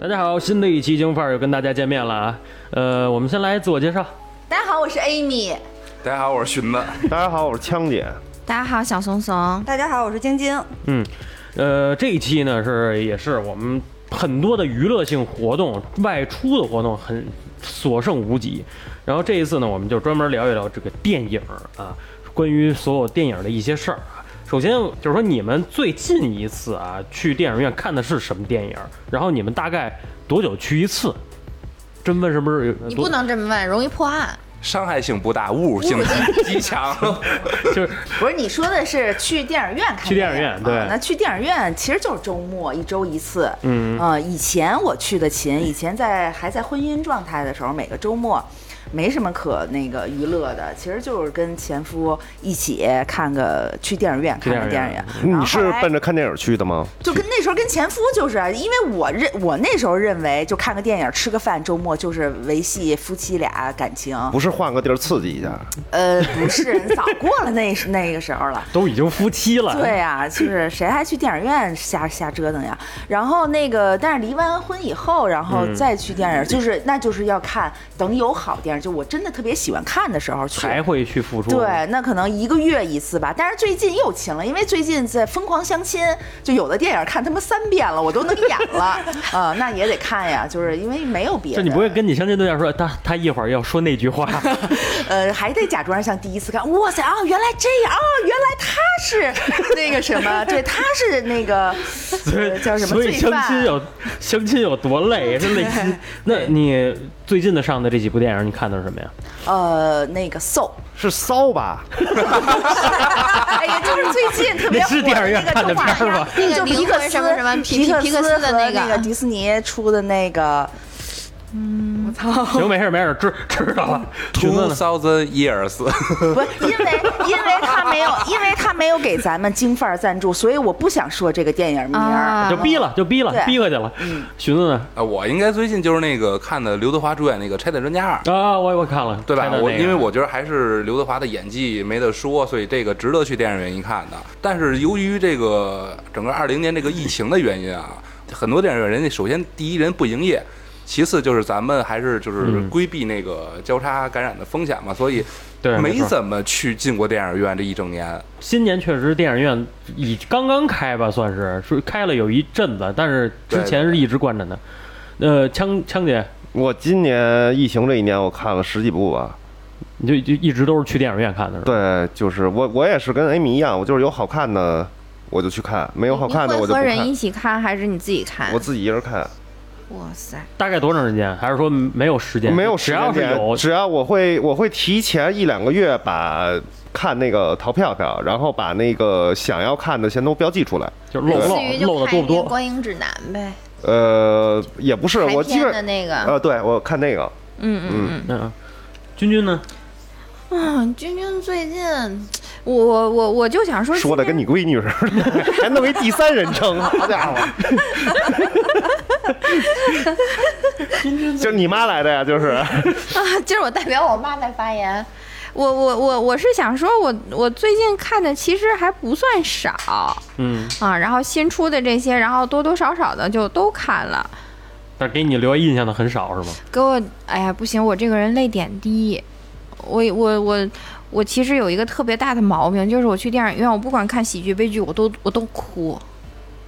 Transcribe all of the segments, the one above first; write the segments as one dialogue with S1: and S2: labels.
S1: 大家好，新的一期《京范儿》又跟大家见面了啊。呃，我们先来自我介绍。
S2: 大家好，我是 Amy。
S3: 大家好，我是荀子。
S4: 大家好，我是枪姐。
S5: 大家好，小怂怂。
S6: 大家好，我是晶晶。
S1: 嗯，呃，这一期呢是也是我们很多的娱乐性活动、外出的活动很所剩无几。然后这一次呢，我们就专门聊一聊这个电影啊，关于所有电影的一些事儿啊。首先就是说，你们最近一次啊去电影院看的是什么电影？然后你们大概多久去一次？真问是不是有？
S5: 你不能这么问，容易破案。
S3: 伤害性不大，侮辱性极 强。
S1: 多就是
S2: 不是你说的是去电影院看？
S1: 去电影院对
S2: 啊那去电影院其实就是周末一周一次。
S1: 嗯
S2: 呃，以前我去的勤，以前在还在婚姻状态的时候，每个周末。没什么可那个娱乐的，其实就是跟前夫一起看个去电影院看个
S1: 电
S2: 电
S1: 影
S2: 影
S1: 院嗯
S2: 院。然 后后
S4: 你是
S2: 来
S4: 奔着看电影去的吗？
S2: 就跟那时候跟前夫就是，因为我认我那时候认为就看个电影吃个饭，周末就是维系夫妻俩感情。
S4: 不是换个地儿刺激一下？
S2: 呃，不是，早过了那时那个时候了。
S1: 都已经夫妻了。
S2: 对呀、就是谁还去电影院瞎瞎折腾呀？然后那个，但是离完婚以后，然后再去电影，就是那就是要看，等有好电影，就我真的特别喜欢看的时候去。
S1: 才会去付出。
S2: 对，那可能一个月一次吧，但是最近又勤了，因为最近在疯狂相亲，就有的电影看他妈三遍了，我都能演了， 啊、那也得看呀，就是因为没有别
S1: 就
S2: 的，
S1: 你不会跟你相亲对象说他他一会儿要说那句 话，
S2: 呃，还得假装像第一次看，哇塞啊，原来这样啊，原来他 是那个什么，对，他是那个、呃、叫什么
S1: 所以
S2: 罪
S1: 相亲
S2: 犯。
S1: 有相亲有多累，啊是累心。那你最近的上的这几部电影，你看的是什么呀？
S2: 呃，那个 so，
S4: 是骚吧？
S2: 哎呀，就是最近特别
S1: 那是
S2: 火
S1: 电影院
S2: 那个动画
S1: 看的片儿吗
S2: 片
S5: 那个
S2: 就皮
S5: 灵
S2: 克
S5: 魂
S2: 斯
S5: 什么什么皮
S2: 皮
S5: 皮克斯
S2: 斯
S5: 的
S2: 和
S5: 那个
S2: 那个迪士尼出的那个
S1: 呃
S2: 哦
S1: 行，没事没事，知知道 了。询问
S3: Two
S1: 了
S3: thousand years，
S2: 不是，因 为因为他没有，因为他没有给咱们京范儿赞助，所以我不想说这个电影名儿。
S5: 啊
S1: 就逼了，就逼了，
S2: 对嗯
S1: 逼过去了。询问呢？
S3: 啊，我应该最近就是那个看的刘德华主演那个《拆弹专家二》。
S1: 啊，我我看了，
S3: 对吧
S1: 看？到
S3: 我
S1: 那个
S3: 因为我觉得还是刘德华的演技没得说，所以这个值得去电影院一看的。但是由于这个整个二零年这个疫情的原因啊，很多电影院人家首先第一人不营业，其次就是咱们还是就是
S1: 嗯
S3: 规避那个交叉感染的风险嘛，所以
S1: 对没
S3: 没
S1: 错
S3: 怎么去进过电影院这一整年。
S1: 新年确实电影院已刚刚开吧，算是是开了有一阵子，但是之前是一直关着呢。呃，枪枪姐，
S4: 我今年疫情这一年，我看了十几部吧。
S1: 你就就一直都是去电影院看的是吧？
S4: 对，就是我，我也是跟 Amy 一样，我就是有好看的我就去看，没有好看的我
S5: 你会
S4: 就不
S5: 和人
S4: 看
S5: 一。起看还是你自己看
S4: 我？自己一人看，
S5: 哇塞，
S1: 大概多长时间？还是说没有时间？
S4: 没有
S1: 只
S4: 时
S1: 要
S4: 间
S1: 是
S4: 点
S1: 有，
S4: 只要我会，我会提前一两个月把看那个淘票票，然后把那个想要看的先都标记出来。
S1: 就漏
S5: 类
S1: 漏
S5: 似于就
S1: 漏的
S5: 看
S1: 多不
S5: 一遍
S1: 多？
S5: 《观影指南》呗，
S4: 呃，也不是，
S5: 排
S4: 我基
S5: 片的
S4: 本
S5: 那个。
S4: 呃，对我看那个，
S5: 嗯嗯
S1: 嗯，君君呢？
S5: 嗯。啊，
S4: 呃
S5: 君君最近，我我我我就想说，
S4: 说的跟你闺女似的，还弄一第三人称，好家伙！就是你妈来的呀，就是
S5: 啊， 今儿我代表我妈来发言。我我我我是想说我，我最近看的其实还不算少
S1: 嗯，
S5: 啊，然后新出的这些，然后多多少少的就都看了。
S1: 但给你留下印象的很少是吗？
S5: 给我，哎呀，不行，我这个人泪点低，我我我我其实有一个特别大的毛病，就是我去电影院，我不管看喜剧、悲剧，我都我都哭。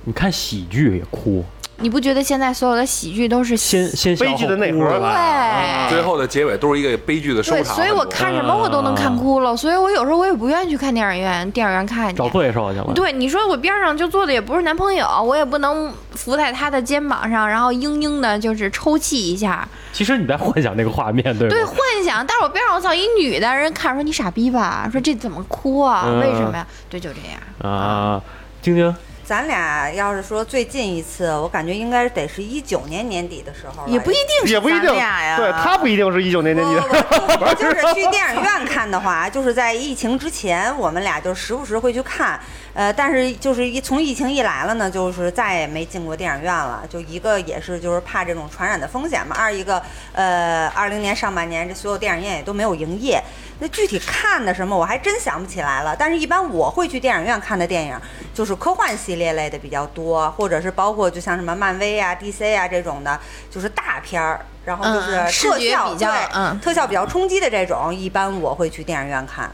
S1: 你看喜剧也哭，
S5: 你不觉得现在所有的喜剧都是
S1: 先先笑
S4: 悲剧的
S1: 后
S4: 内
S1: 哭
S4: 核
S1: 啊是吧
S5: 对
S3: 最后的结尾都是一个悲剧的收
S5: 对，
S3: 场。
S5: 所以我看什么我都能看
S1: 嗯
S5: 哭了，所以我有时候我也不愿意去看电影院，电影院看去
S1: 找。罪受去了。
S5: 对，你说我边上就坐的也不是男朋友，我也不能伏在他的肩膀上，然后嘤嘤的，就是抽泣一下。
S1: 其实你在幻想那个画面，对
S5: 对，
S1: 吗？
S5: 幻想。但是我边上我操一女的，人看说你傻逼吧，说这怎么哭啊？
S1: 嗯
S5: 为什么呀？对，就这样。
S1: 啊，晶晶，
S6: 咱俩要是说最近一次，我感觉应该得是一九年年底的时候了，
S2: 也不一定是
S4: 也不一定，
S2: 咱俩呀，
S4: 对他不一定是一九年
S6: 不。
S4: 年级的，
S6: 不不就是去电影院看的话， 就是在疫情之前，我们俩就时不时会去看。呃，但是就是一从疫情一来了呢，就是再也没进过电影院了。就一个也是就是怕这种传染的风险嘛，二一个呃，二零年上半年这所有电影院也都没有营业，那具体看的什么我还真想不起来了。但是，一般我会去电影院看的电影就是科幻系列类的比较多，或者是包括就像什么漫威啊、DC 啊这种的，就是大片儿，然后就是
S5: 嗯嗯视
S6: 特
S5: 觉
S6: 效、
S5: 比较
S6: 对、
S5: 嗯
S6: 特效比较冲击的这种，一般我会去电影院看。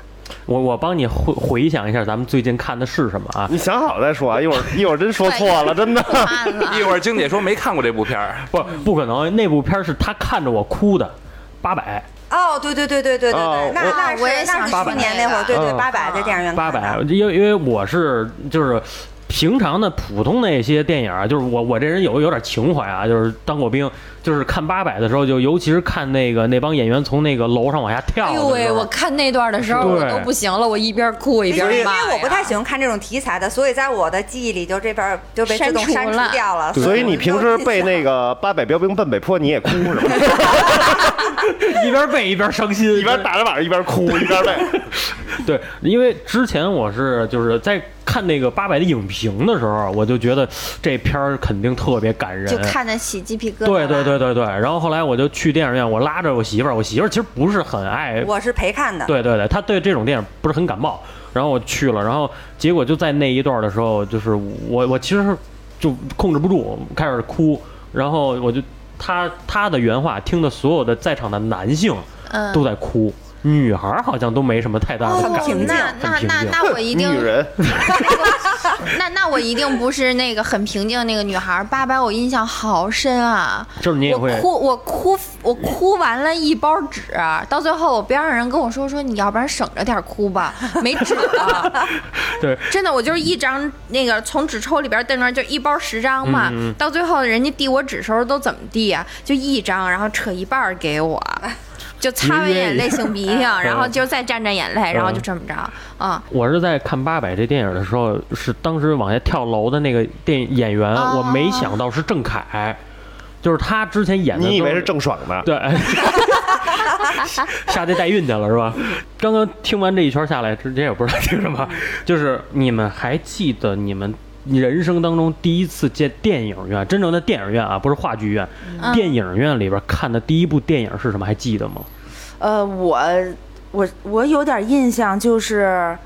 S1: 我我帮你回回想一下，咱们最近看的是什么啊？
S4: 你想好再说啊，一会儿一会儿真说错了，真的。
S5: 慢 了。
S3: 一会儿晶姐说没看过这部片儿，
S1: 不，不可能，那部片儿是他看着我哭的，八百
S6: 哦，对对对对对对对，
S4: 哦
S6: 那
S5: 我
S6: 那
S5: 哦
S6: 是
S5: 我也
S6: 那
S5: 想
S6: 是
S5: 说
S6: 去年那会儿，
S5: 那
S6: 对
S4: 个
S6: 对，
S4: 嗯
S6: 八百在电影院
S1: 八
S6: 看
S1: 百，
S6: 的
S1: 因为因为我是就是。平常的普通那些电影啊，就是我我这人有有点情怀啊，就是当过兵，就是看八百的时候，就尤其是看那个那帮演员从那个楼上往下跳
S7: 哎
S1: 的时
S7: 呦
S1: 候，
S7: 喂！我看那段的时候，
S1: 对
S7: 我都不行了，我一边哭一
S6: 因
S7: 边
S6: 哎为因
S7: 骂呀。
S6: 为我不太喜欢看这种题材的，所以在我的记忆里就这边儿就被自动
S5: 删
S6: 删
S5: 除了
S6: 除掉了。
S4: 所以你平时背那
S6: 个，
S4: 个八百标兵奔北坡，你也哭是吧？
S1: 一边背一边伤心，
S4: 一边打着板一边哭一边背。
S1: 对，因为之前我是就是在看那个八百的影评的时候，我就觉得这片儿肯定特别感人，
S5: 就看得起鸡皮疙瘩。
S1: 对对，对对对。然后后来我就去电影院，我拉着我媳妇儿，我媳妇儿其实不是很爱，
S6: 我是陪看 的。
S1: 对对对，她对这种电影不是很感冒。然后我去了，然后结果就在那一段的时候，就是我我其实就控制不住开始哭，然后我就她她的原话听的所有的在场的男性
S5: 嗯，
S1: 都在哭，女孩儿好像都没什么太大的感
S5: 哦
S1: 觉。，
S5: 那那那那我一定
S4: 女人，
S5: 那那我一定不是那个很平静的那个女孩儿。八百我印象好深啊，
S1: 就是你也会
S5: 我哭我哭我哭完了一包纸，啊到最后我边上人跟我说说你要不然省着点哭吧，没纸了。
S1: 对，
S5: 真的我就是一张那个从纸抽里边瞪着就一包十张嘛，
S1: 嗯嗯
S5: 到最后人家递我纸时候都怎么递啊？就一张，然后扯一半儿给我。就擦完眼泪擤鼻涕，啊然后就再蘸蘸眼泪，然后就这么着，嗯，
S1: 我是在看《八百》这电影的时候，是当时往下跳楼的那个电演员，
S5: 哦
S1: 我没想到是郑恺，就是他之前演的。
S4: 你以为是？郑爽呢？
S1: 对，啊 下地代孕去了是吧？刚刚听完这一圈下来，之前也不知道听什么，就是你们还记得你们人生当中第一次见电影院，真正的电影院啊，不是话剧院，
S5: 嗯
S1: 电影院里边看的第一部电影是什么？还记得吗？
S2: 呃，我我我有点印象，就是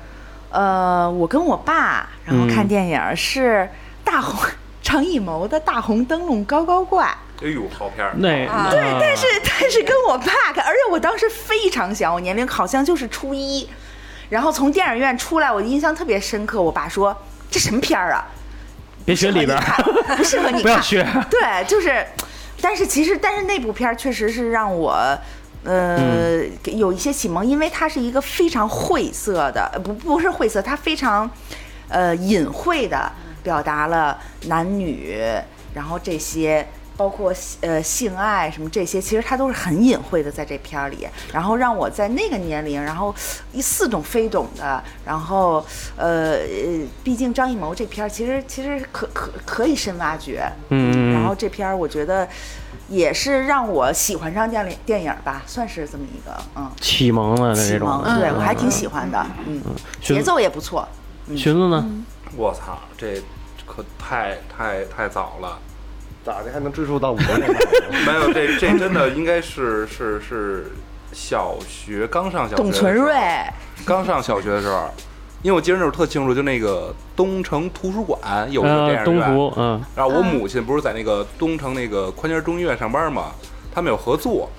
S2: 呃，我跟我爸然后看
S1: 嗯
S2: 电影、是大红张艺谋的《大红灯笼高高挂》。
S3: 哎呦，好片儿！
S1: 那呃
S6: 啊
S1: 对，但
S2: 是但是跟我爸看，而且我当时非常小，我年龄好像就是初一，然后从电影院出来，我印象特别深刻。我爸说：“这什么片儿啊？
S1: 别学里边儿，
S2: 不适合你看，不适合你看。”
S1: 不要学。
S2: 对，就是，但是其实，但是那部片儿确实是让我，呃，有一些启蒙，因为它是一个非常晦涩的，呃不不是晦涩，它非常，呃，隐晦的表达了男女，然后这些。包括呃性爱什么这些，其实它都是很隐晦的在这片儿里，然后让我在那个年龄，然后一似懂非懂的，然后呃呃，毕竟张艺谋这片儿其实其实可可可以深挖掘，
S1: 嗯，
S2: 然后这片儿我觉得也是让我喜欢上电影电影吧，算是这么一个嗯
S1: 启蒙了的
S2: 启
S1: 这种嗯
S2: 蒙，
S1: 的，
S2: 对我还挺喜欢的，嗯，节奏也不错。
S1: 裙子呢？
S3: 我操，这可太太太早了。
S4: 咋的还能追溯到我这儿？
S3: 没有，这这真的应该是是是小学刚上小学，
S2: 董存瑞，
S3: 刚上小学的时候，因为我记得那会儿特清楚，就那个东城图书馆有一个
S1: 呃，
S3: 电影
S1: 东
S3: 院，
S1: 湖，嗯，
S3: 然后我母亲不是在那个东城那个宽街中医院上班嘛，他们有合作，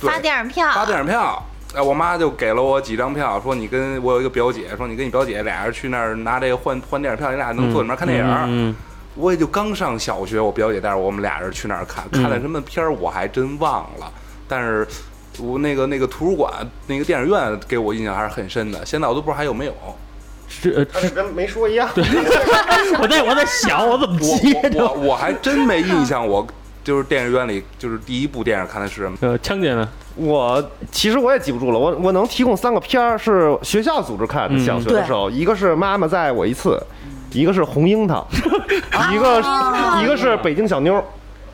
S3: 对
S5: 发电影票，
S3: 发电影票。哎，我妈就给了我几张票，说你跟我有一个表姐，说你跟你表姐俩人去那儿拿这个换换电影票，你俩能坐里面看电影。
S1: 嗯，
S3: 我也就刚上小学，我表姐带着我们俩人去那儿看，看了什么片儿我还真忘了，但是。我那个那个图书馆那个电影院给我印象还是很深的，现在我都不知道还有没有。
S1: 是呃，
S4: 他是跟没说一样。对，
S1: 我在我在想我怎么
S3: 我
S1: 接
S3: 我
S1: 的。
S3: 我我还真没印象，我就是电影院里就是第一部电影看的是什么。
S1: 呃，枪姐呢？
S4: 我其实我也记不住了，我我能提供三个片儿是学校组织看的，
S1: 嗯
S4: 小学的时候，一个是《妈妈再爱我一次》，一个是《红樱桃》，一个一个是《北京小妞》，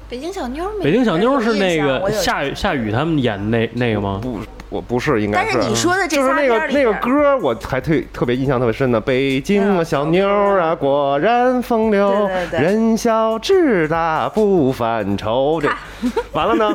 S5: 北京小妞儿没
S1: 北京小妞是那
S2: 我
S1: 个
S2: 有印象
S1: 夏雨夏雨他们演那那个吗？
S4: 不我不是，应该
S2: 但是你说的这
S4: 就是
S2: 仨
S4: 那
S2: 片
S4: 个
S2: 儿里
S4: 那个
S2: 边
S4: 歌，我还特特别印象特别深的，《北京啊小妞儿啊，果然风流
S2: 对，对对
S4: 人小志大不犯愁》这，完了呢，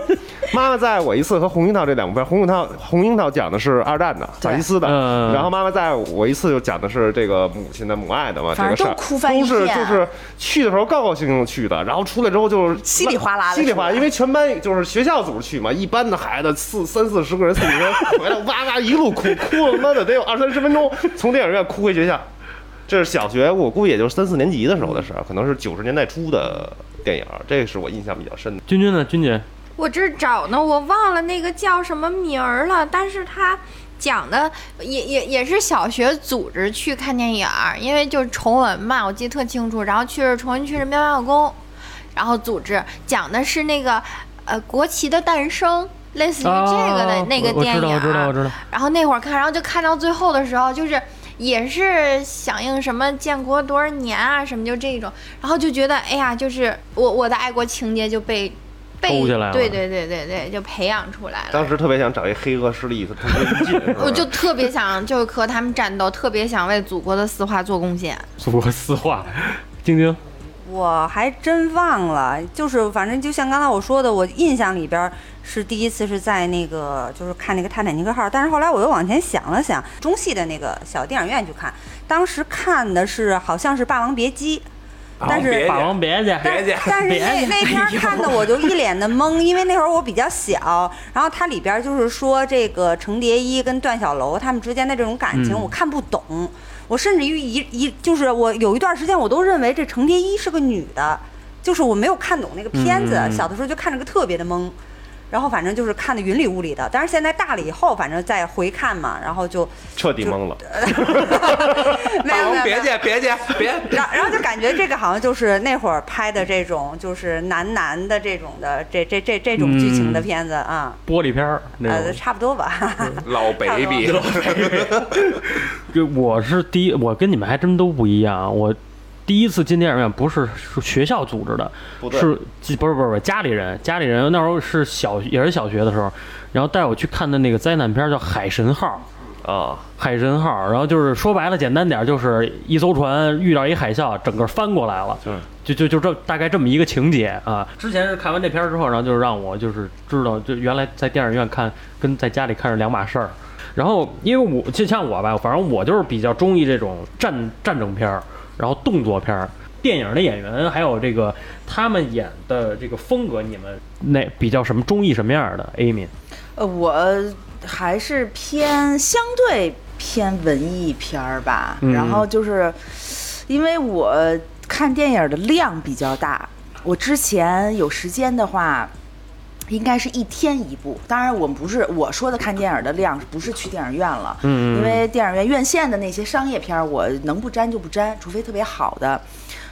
S4: 妈妈在我一次和红樱桃这两部片儿，红樱桃红樱桃讲的是二战的法西斯的，
S1: 嗯
S4: 然后妈妈在我一次就讲的是这个母亲的母爱的嘛，这
S2: 反
S4: 个
S2: 正
S4: 事
S2: 都
S4: 儿
S2: 哭翻一啊
S4: 都是
S2: 片
S4: 就是去的时候高高兴兴去的，然后出来之后就是
S2: 稀里哗啦的
S4: 稀里哗啦，
S2: 是吧
S4: 因为全班就是学校组织去嘛，一班的孩子四三四十个人，四五个人回来哇哇一路哭，哭了他妈的得有二三十分钟，从电影院哭回学校。这是小学，我估计也就是三四年级的时候的事儿，可能是九十年代初的电影，这是我印象比较深的。
S1: 君君呢？君姐，
S5: 我这儿找呢，我忘了那个叫什么名儿了，但是他讲的也也也是小学组织去看电影儿，因为就是崇文嘛，我记得特清楚。然后去崇文区人民文化宫，然后组织讲的是那个呃国旗的诞生，类似于这个的、
S1: 啊
S5: 那个
S1: 我我
S5: 电
S1: 知
S5: 影
S1: 道，
S5: 儿。
S1: 我知道，我知道。
S5: 然后那会儿看，然后就看到最后的时候，就是也是响应什么建国多少年啊，什么就这种，然后就觉得哎呀，就是我我的爱国情节就被被
S1: 勾起来了
S5: 对对对对对，就培养出来了。
S4: 当时特别想找一黑恶势力同归于 尽，是吧
S5: 我就特别想，就和他们战斗，特别想为祖国的四化做贡献。
S1: 祖国四化，晶晶，
S6: 我还真忘了，就是反正就像刚才我说的，我印象里边儿是第一次是在那个就是看那个《泰坦尼克号》，但是后来我又往前想了想，中戏的那个小电影院去看，当时看的是好像是《霸王别姬》，但是
S3: 别
S1: 霸王别哎去，
S6: 但 但是那 那篇看的我就一脸的懵，因为那会儿我比较小，然后它里边就是说这个程蝶衣跟段小楼他们之间的这种感情，
S1: 嗯
S6: 我看不懂。我甚至于一一就是我有一段时间我都认为这程蝶衣是个女的，就是我没有看懂那个片子，
S1: 嗯嗯嗯
S6: 小的时候就看着个特别的懵。然后反正就是看的云里雾里的，但是现在大了以后，反正再回看嘛，然后就
S4: 彻底懵了。
S6: 没有没有没有
S3: 别介，别介，别。
S6: 然然后就感觉这个好像就是那会儿拍的这种，就是男男的这种的这这这这种剧情的片子啊，
S1: 玻璃片儿那
S6: 呃，
S1: 种。
S6: 差不多吧。
S3: 老 baby，
S1: 这我是第一，我跟你们还真都不一样。啊我第一次进电影院不是是学校组织的，
S4: 不对
S1: 是记不是不是不是家里人，家里人那时候是小也是小学的时候，然后带我去看的那个灾难片儿叫《海神号》。
S4: 啊，
S1: 海神号，然后就是说白了，简单点儿，就是一艘船遇到一海啸，整个翻过来了，
S4: 就是
S1: 就就就这大概这么一个情节啊。之前是看完这片儿之后，然后就是让我就是知道，就原来在电影院看跟在家里看是两码事儿。然后因为我就像我吧，反正我就是比较中意这种战战争片儿，然后动作片儿。电影的演员还有这个他们演的这个风格，你们那比较什么中意什么样儿的？Amy，
S2: 呃，我还是偏相对偏文艺片儿吧，
S1: 嗯
S2: 然后就是因为我看电影的量比较大，我之前有时间的话。应该是一天一部，当然我们不是我说的看电影的量，不是去电影院了，
S1: 嗯嗯嗯
S2: 因为电影院院线的那些商业片儿，我能不沾就不沾，除非特别好的，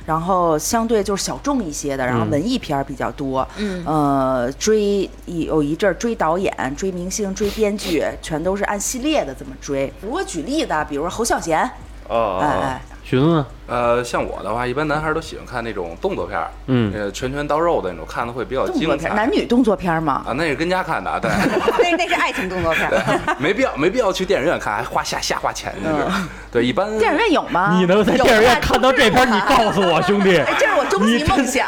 S2: 然后相对就是小众一些的，然后
S1: 嗯
S2: 文艺片儿比较多，
S7: 嗯
S2: 呃，追一有一阵儿追导演、追明星、追编剧，全都是按系列的这么追。如果举例子啊，比如说侯孝贤，
S4: 啊啊
S1: 哦
S2: 哎
S4: 啊
S2: 哎，
S1: 寻思呢，
S3: 呃，像我的话，一般男孩都喜欢看那种动作片儿，
S1: 嗯
S3: 呃，拳拳到肉的那种，看的会比较
S2: 动作
S3: 精
S2: 片
S3: 彩
S2: 儿，男女动作片儿嘛，
S3: 啊，那是跟家看的， 啊，对，
S6: 那那是爱情动作片，
S3: 没必要，没必要去电影院看，还花瞎瞎花钱，就是
S1: 嗯
S3: 对，一般
S2: 电影院有吗？
S1: 你能在
S2: 啊有
S1: 电影院
S2: 吧
S1: 看到这片儿，你告诉我，兄弟。
S2: 哎，这是我终极
S1: 你
S2: 梦想。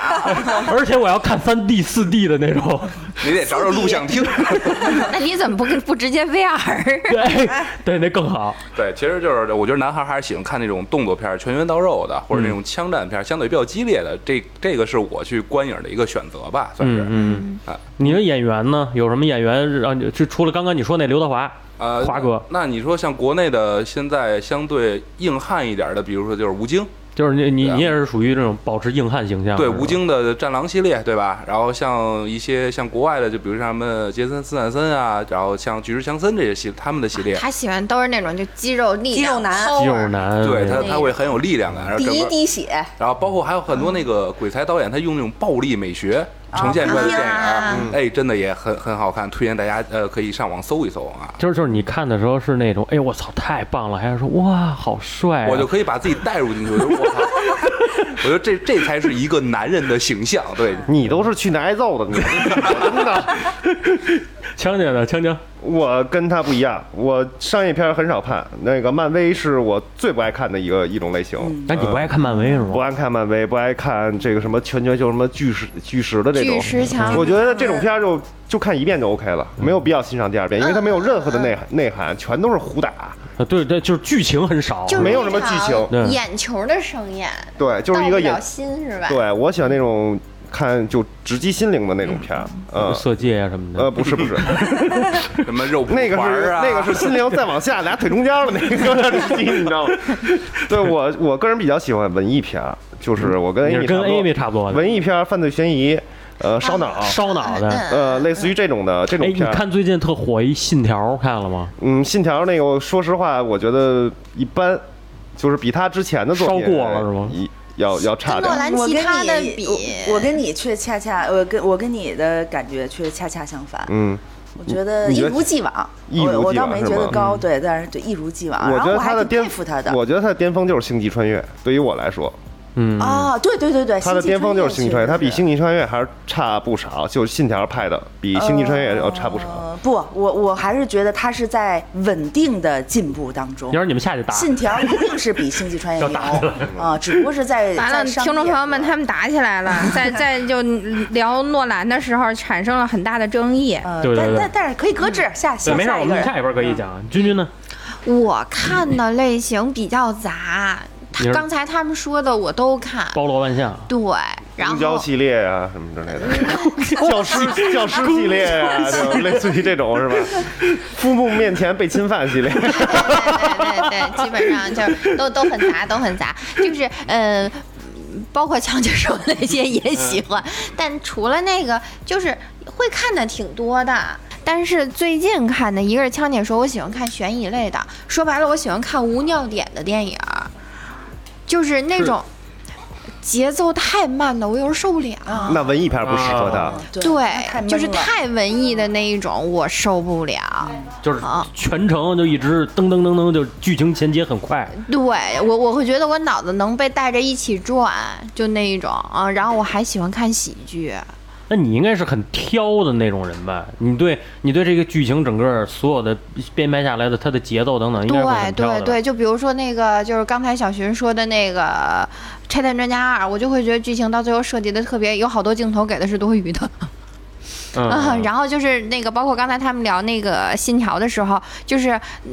S1: 而且我要看三 D、四 D 的那种。
S3: 你得找找录像厅。
S5: 那你怎么不不直接 VR？
S1: 对哎对，那更好。
S3: 对，其实就是我觉得男孩还是喜欢看那种动作片儿、拳拳到肉的，或者那
S1: 嗯
S3: 种枪战片儿，相对比较激烈的。这这个是我去观影的一个选择吧，算是。
S1: 嗯
S3: 哎
S1: 你的演员呢？有什么演员让你就除了刚刚你说那刘德华，
S3: 呃，
S1: 华哥，
S3: 那你说像国内的现在相对硬汉一点的，比如说就是吴京，
S1: 就是你你
S3: 对啊
S1: 你也是属于这种保持硬汉
S4: 啊
S1: 形象。
S3: 对
S1: 是吧
S3: 吴。京的《战狼》系列，对吧？然后像一些像国外的，就比如像什么杰森·斯坦森啊，然后像巨石强森这些系他们的系列，
S5: 他喜欢都是那种就肌肉力量、
S6: 肌肉男
S5: power
S1: 肌肉男，
S4: 哎
S3: 对他
S1: 那
S3: 他会很有力量感，然后
S2: 第
S3: 整
S2: 一
S3: 个
S2: 滴血，
S3: 然后包括还有很多那个鬼才导演，他用那种暴力美学呈现出来的电影
S2: 啊
S3: 儿，
S4: 嗯
S3: 哎，真的也很很好看，推荐大家呃可以上网搜一搜啊。
S1: 就是就是你看的时候是那种，哎呦我操太棒了，还是说哇好
S4: 哎
S1: 帅啊、
S3: 我就可以把自己带入进去，我就我操， 我觉得这这才是一个男人的形象，对，
S4: 你都是去挨揍的，你真的。
S1: 枪姐呢？枪枪，
S4: 我跟他不一样，我商业片儿很少看，那个漫威是我最不爱看的一个一种类型。
S1: 那你不爱看漫威是
S4: 不
S1: 吗？
S4: 爱看漫威，不爱看这个什么全球什么巨石巨石嗯的这种
S5: 巨，石强
S4: 我觉得这种片儿就就看一遍就 OK 了，没有必要欣赏第二遍，因为它没有任何的内涵内涵，全都是胡打，
S1: 啊，对对，就是剧情很少，
S5: 就是
S4: 没有什么剧情
S5: 那场眼球的盛宴，
S4: 对，就是一个
S5: 到不
S4: 演
S5: 了，心是吧？
S4: 对我喜欢那种看就直击心灵的那种片儿，嗯。
S1: 色戒啊呀、什么的。
S4: 呃，不是不是，
S3: 什么肉蒲
S4: 那个
S3: 团
S4: 是
S3: 儿啊，
S4: 那个是心灵再往下俩腿中间的那个有点直击，你知道吗？对我我个人比较喜欢文艺片儿，就是我跟
S1: 嗯你
S4: Amy
S1: 是跟
S4: 差不多
S1: Amy 差不多的，
S4: 文艺片儿、犯罪悬疑，呃，烧脑，
S1: 烧脑袋。
S4: 呃，类似于这种的这
S1: 哎，
S4: 种
S1: 你
S4: 片儿。
S1: 看最近特火一《信条》，看了吗？
S4: 嗯，《信条》那个，我说实话，我觉得一般，就是比他之前的作品
S1: 烧过了是吗
S4: 一要要差
S5: 诺
S4: 点。
S5: 兰
S2: 我
S5: 其
S2: 跟
S5: 他的
S2: 你
S5: 比，
S2: 我，我跟你却恰恰，我跟我跟你的感觉却恰恰相反。
S4: 嗯，
S2: 我觉得
S4: 你
S2: 一
S4: 觉得
S2: 如既往，
S4: 一如既
S2: 我
S4: 往
S2: 我倒没觉
S4: 是
S2: 得
S4: 吗嗯
S2: 高，对，但是对一如既往。
S4: 我
S2: 啊然
S4: 觉
S2: 后
S4: 得
S2: 我还
S4: 的
S2: 挺
S4: 巅
S2: 佩服他的。
S4: 我觉得他的巅峰就是《星际穿越》，对于我来说，
S1: 嗯，
S2: 啊，对对对对，
S4: 他
S2: 星
S4: 的
S2: 际
S4: 巅峰就是《星际穿越》，
S2: 确
S4: 他比《
S2: 实
S4: 星际穿越》还是差不少，就是《信条》拍的比《星际穿越》要差不少。
S2: 呃不，我我还是觉得他是在稳定的进步当中
S1: 要。是你们下去打，
S2: 信条一定是比星际穿越牛啊，只不过是在
S5: 完
S2: 在
S5: 了，
S2: 商
S5: 听众
S2: 业
S5: 朋友们，
S2: 和
S5: 他们打起来 了，在在就聊诺兰的时候产生了很大的争议。
S2: 呃，
S1: 对对
S2: 但
S1: 对
S2: 但但是可以搁置，下
S1: 对，
S2: 下
S1: 没事，
S2: 下
S1: 我
S2: 一个
S1: 们
S2: 人
S1: 下一波可以讲。
S5: 嗯
S1: 君君呢？
S5: 我看的类型比较杂，
S1: 你是
S5: 刚才他们说的我都看，
S1: 包罗万象，
S5: 对，然
S4: 公交
S5: 后
S4: 系列啊，什么之类的，教师教师系列啊，就类似于这种是吧？父母面前被侵犯系列，
S5: 对对对，基本上就是都都很杂，都很杂，就是呃，包括强姐说的那些也喜欢，但除了那个，就是呃会看的挺多的。但是最近看的，一个是强姐说我喜欢看悬疑类的，说白了我喜欢看无尿点的电影儿，就是那种节奏太慢的，我有时候受不了。
S4: 那文艺片不适合他。
S5: 对，就是
S2: 太闷了
S5: 太文艺的那一种，我受不了。
S1: 就是
S5: 好
S1: 全程就一直噔噔噔噔，就剧情衔接很快。
S5: 对我，我会觉得我脑子能被带着一起转，就那一种啊。然后我还喜欢看喜剧，
S1: 那你应该是很挑的那种人吧？你对你对这个剧情整个所有的编排下来的它的节奏等等，应该会
S5: 对
S1: 很挑的吧。
S5: 对对，就比如说那个，就是刚才小寻说的那个《拆弹专家二》，我就会觉得剧情到最后设计的特别，有好多镜头给的是多余的。
S1: 嗯，
S5: 啊，
S1: 嗯，
S5: 然后就是那个，包括刚才他们聊那个《信条》的时候，就是嗯，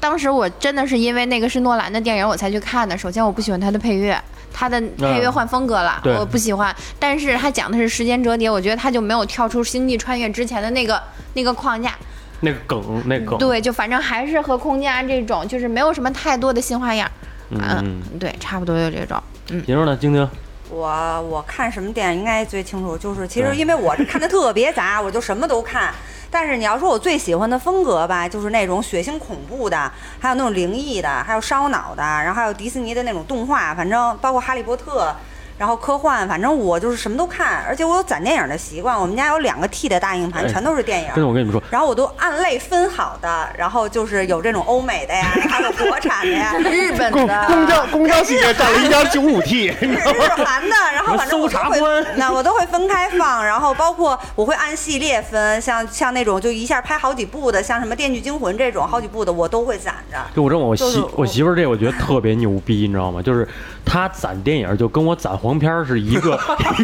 S5: 当时我真的是因为那个是诺兰的电影我才去看的。首先，我不喜欢他的配乐，他的配乐
S1: 嗯
S5: 换风格了，
S1: 对
S5: 我不喜欢。但是他讲的是时间折叠，我觉得他就没有跳出《星际穿越》之前的那个那个框架。
S1: 那个梗，那个梗，
S5: 对，就反正还是和空间啊这种，就是没有什么太多的新花样。
S1: 嗯嗯，
S5: 对，差不多就这种。
S1: 您说呢，晶晶？
S6: 我我看什么电影应该最清楚，就是其实
S1: 对
S6: 因为我看的特别杂， 我就什么都看。但是你要说我最喜欢的风格吧，就是那种血腥恐怖的，还有那种灵异的，还有烧脑的，然后还有迪士尼的那种动画，反正包括哈利波特，然后科幻，反正我就是什么都看，而且我有攒电影的习惯。我们家有两个 T 的大硬盘，
S1: 哎
S6: 全都是电影。
S1: 真的，我跟你们说，
S6: 然后我都按类分好的，然后就是有这种欧美的呀，还有国产 的呀，
S2: 日本
S4: 公
S2: 的
S4: 公交公交系列占了一点九五 T，你 知道吗？
S6: 日韩的，然后反正我
S1: 搜
S6: 都
S1: 查官
S6: 会，那我都会分开放，然后包括我会按系列分，像像那种就一下拍好几部的，像什么《电锯惊魂》这种好几部的，我都会攒着。
S1: 就我这么我
S6: 就是
S1: 媳
S6: 我
S1: 我媳妇儿这我觉得特别牛逼，你知道吗？就是她攒电影就跟我攒黄片儿是一 个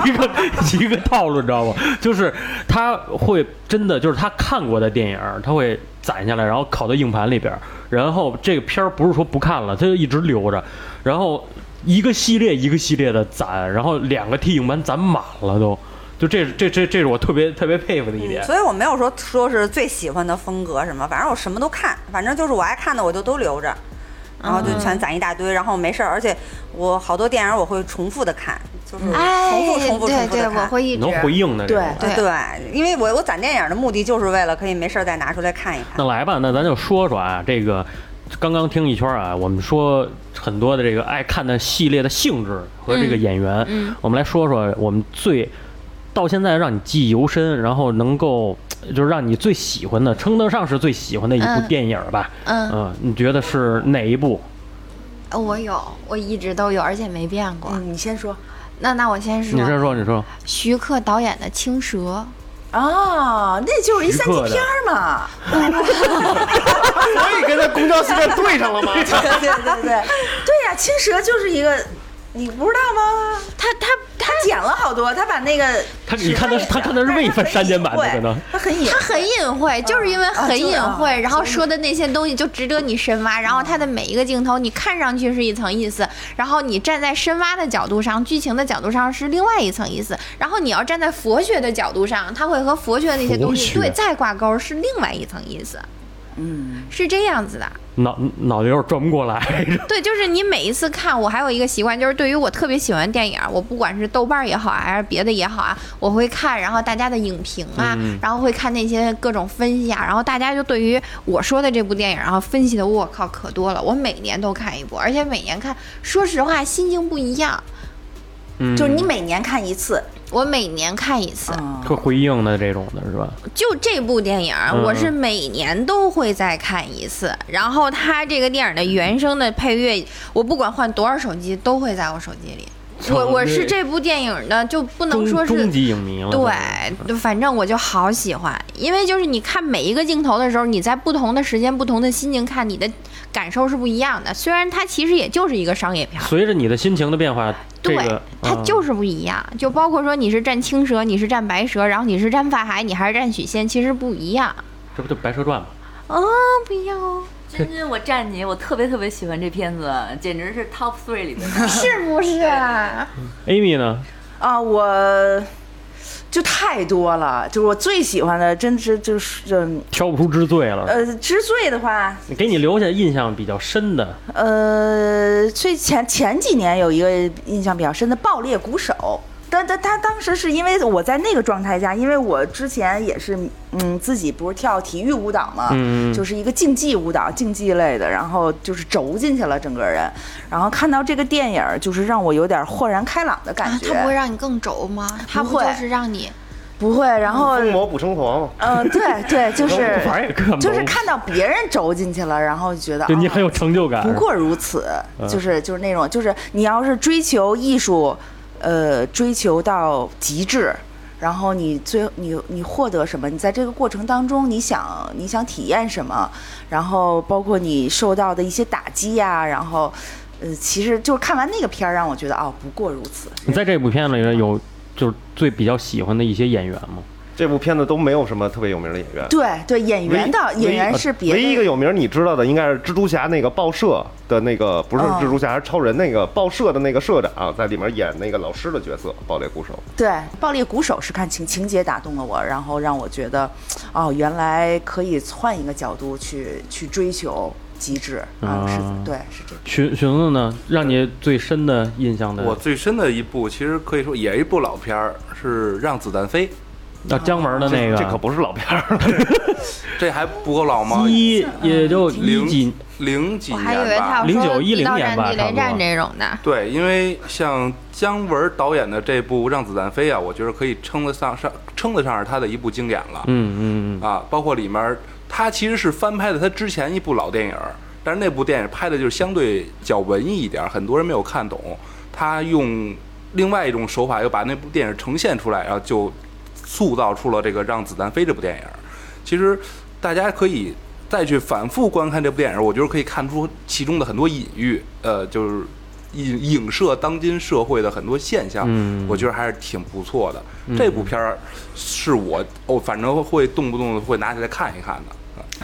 S1: 一个一个套路，你知道吗？就是她会真的就是她看过的电影，她会攒下来，然后拷到硬盘里边儿，然后这个片儿不是说不看了，她就一直留着，然后一个系列一个系列的攒，然后两个 T 硬盘攒满了都。就这这这这是我特别特别佩服的一点
S6: 嗯，所以我没有说说是最喜欢的风格什么，反正我什么都看，反正就是我爱看的我就都留着，然后就
S5: 嗯
S6: 全攒一大堆，然后没事儿，而且我好多电影我会重复的看，就是嗯重复重复重
S5: 哎对
S6: 复
S5: 对，
S6: 的
S5: 我
S6: 看。
S5: 会一直
S1: 能回应的这种
S2: 对
S5: 对
S6: 对，因为我我攒电影的目的就是为了可以没事儿再拿出来看一看。
S1: 那来吧，那咱就说说啊，这个刚刚听一圈啊，我们说很多的这个爱看的系列的性质和这个演员，
S5: 嗯嗯
S1: 我们来说说我们最到现在让你记忆犹深，然后能够就是让你最喜欢的，称得上是最喜欢的一部
S5: 嗯
S1: 电影吧？
S5: 嗯
S1: 你觉得是哪一部？
S5: 呃我有，我一直都有，而且没变过。
S2: 嗯，你先说，
S5: 那那我先说，
S1: 你先说，你说，
S5: 徐克导演的《青蛇》，
S2: 哦，那就是一
S1: 徐
S2: 三
S1: 克的
S2: 级片儿嘛。
S4: 所以跟他公交西站对上了吗？
S2: 对对对对，对呀、青蛇就是一个，你不知道吗？他他他剪了好多，他把那个
S1: 他你看他是他看他是
S2: 但
S1: 未
S2: 他很
S1: 删减版的
S2: 隐晦
S1: 可能，
S2: 他很隐
S5: 他很隐晦，就是因为
S2: 啊就
S5: 很
S2: 是
S5: 隐
S2: 啊嗯
S5: 晦，然后
S2: 所以
S5: 说的那些东西就值得你深挖。然后他的每一个镜头，你看上去是一层意思，然后你站在深挖的角度上、剧情的角度上是另外一层意思，然后你要站在佛学的角度上，他会和佛学那些东西
S1: 佛学
S5: 对再挂钩是另外一层意思。嗯，是这样子的，
S1: 脑脑袋有点转不过来。
S5: 对，就是你每一次看，我还有一个习惯，就是对于我特别喜欢的电影儿，我不管是豆瓣儿也好啊，还是别的也好啊，我会看，然后大家的影评啊，然后会看那些各种分析啊，然后大家就对于我说的这部电影儿，然后分析的我靠可多了，我每年都看一部，而且每年看，说实话心情不一样，
S1: 嗯，
S2: 就是你每年看一次，
S5: 我每年看一次，
S2: 嗯，
S1: 会回应的这种的是吧？
S5: 就这部电影儿，
S1: 嗯
S5: 我是每年都会再看一次。然后它这个电影的原声的配乐，我不管换多少手机都会在我手机里。
S1: 哦
S5: 我我是这部电影的，就不能
S1: 终
S5: 说
S1: 终
S5: 是
S1: 极影迷了。
S5: 对，反正我就好喜欢，因为就是你看每一个镜头的时候，你在不同的时间、不同的心情看，你的感受是不一样的。虽然它其实也就是一个商业片儿，
S1: 随着你的心情的变化，这
S5: 对，
S1: 个
S5: 它
S1: 嗯
S5: 就是不一样。就包括说你是站青蛇，你是站白蛇，然后你是站法海，你还是站许仙，其实不一样。
S1: 这不就《白蛇传》吗？
S5: 啊，不一样哦，
S8: 真真，我站你，我特别特别喜欢这片子，简直是 top three 里面 的。
S5: 是不是啊？
S1: Amy 呢？
S2: 啊，我就太多了，就是我最喜欢的，真是就是嗯
S1: 挑不出之最了。
S2: 呃，之最的话，
S1: 给你留下印象比较深的，
S2: 呃，最前前几年有一个印象比较深的《爆裂鼓手》。但但他当时是因为我在那个状态下，因为我之前也是，嗯，自己不是跳体育舞蹈嘛，
S1: 嗯
S2: 就是一个竞技舞蹈、竞技类的，然后就是轴进去了整个人，然后看到这个电影儿，就是让我有点豁然开朗的感
S5: 啊，
S2: 觉。
S5: 他不会让你更轴吗？他
S2: 不
S5: 不
S2: 会
S5: 就是让你
S2: 不会，然后，
S1: 嗯
S4: 疯魔不成狂嘛，
S2: 呃，对对，就是
S1: 反正也看不
S2: 就是
S1: 懂
S2: 看到别人轴进去了，然后觉得
S1: 对你
S2: 哦
S1: 很有成就感。
S2: 不
S4: 哎
S2: 过如此，
S4: 嗯
S2: 就是就是那种，就是你要是追求艺术，呃，追求到极致，然后你最你你获得什么？你在这个过程当中，你想你想体验什么？然后包括你受到的一些打击呀、然后，呃，其实就是看完那个片儿，让我觉得哦，不过如此。
S4: 呃
S1: 你在这部片里有就是最比较喜欢的一些演员吗？
S4: 这部片子都没有什么特别有名的演员。
S2: 对对，演员的
S4: 唯
S2: 演员
S4: 唯
S2: 是别
S4: 唯一一个
S2: 的。
S4: 有名你知道的，应该是蜘蛛侠那个报社的那个，不是
S2: 哦
S4: 蜘蛛侠，是超人那个报社的那个社长，在里面演那个老师的角色，爆裂鼓手。
S2: 对，《爆裂鼓手》是看情情节打动了我，然后让我觉得，哦，原来可以换一个角度去去追求极致啊，是
S1: 啊
S2: 对，是这样。
S1: 寻寻子呢？让你最深的印象
S5: 嗯
S1: 的，
S3: 我最深的一部，其实可以说也是一部老片儿，是《让子弹飞》，
S1: 啊姜文的那个，
S4: 这可不是老片儿，
S3: 这还不够老吗？
S1: 一
S2: 嗯
S1: 也就一几
S3: 零零几
S5: 我还以为
S3: 年
S5: 他
S3: 吧。
S5: 要
S1: 09
S5: 说地道
S1: 10
S5: 战、
S1: 年吧
S5: 地雷
S1: 差不
S5: 战
S1: 多
S5: 这种的，
S3: 对，因为像姜文导演的这部《让子弹飞》啊，我觉得可以称得上上称得上是他的一部经典了。
S1: 嗯嗯嗯，
S3: 啊，包括里面儿它其实是翻拍的他之前一部老电影儿，但是那部电影拍的就是相对较文艺一点儿，很多人没有看懂。他用另外一种手法又把那部电影呈现出来，然后就塑造出了这个《让子弹飞》这部电影儿。其实大家可以再去反复观看这部电影儿，我觉得可以看出其中的很多隐喻，呃，就是影影射当今社会的很多现象，
S1: 嗯
S3: 我觉得还是挺不错的。这部片儿是我哦，反正会动不动会拿起来看一看的。
S1: 嗯
S3: 啊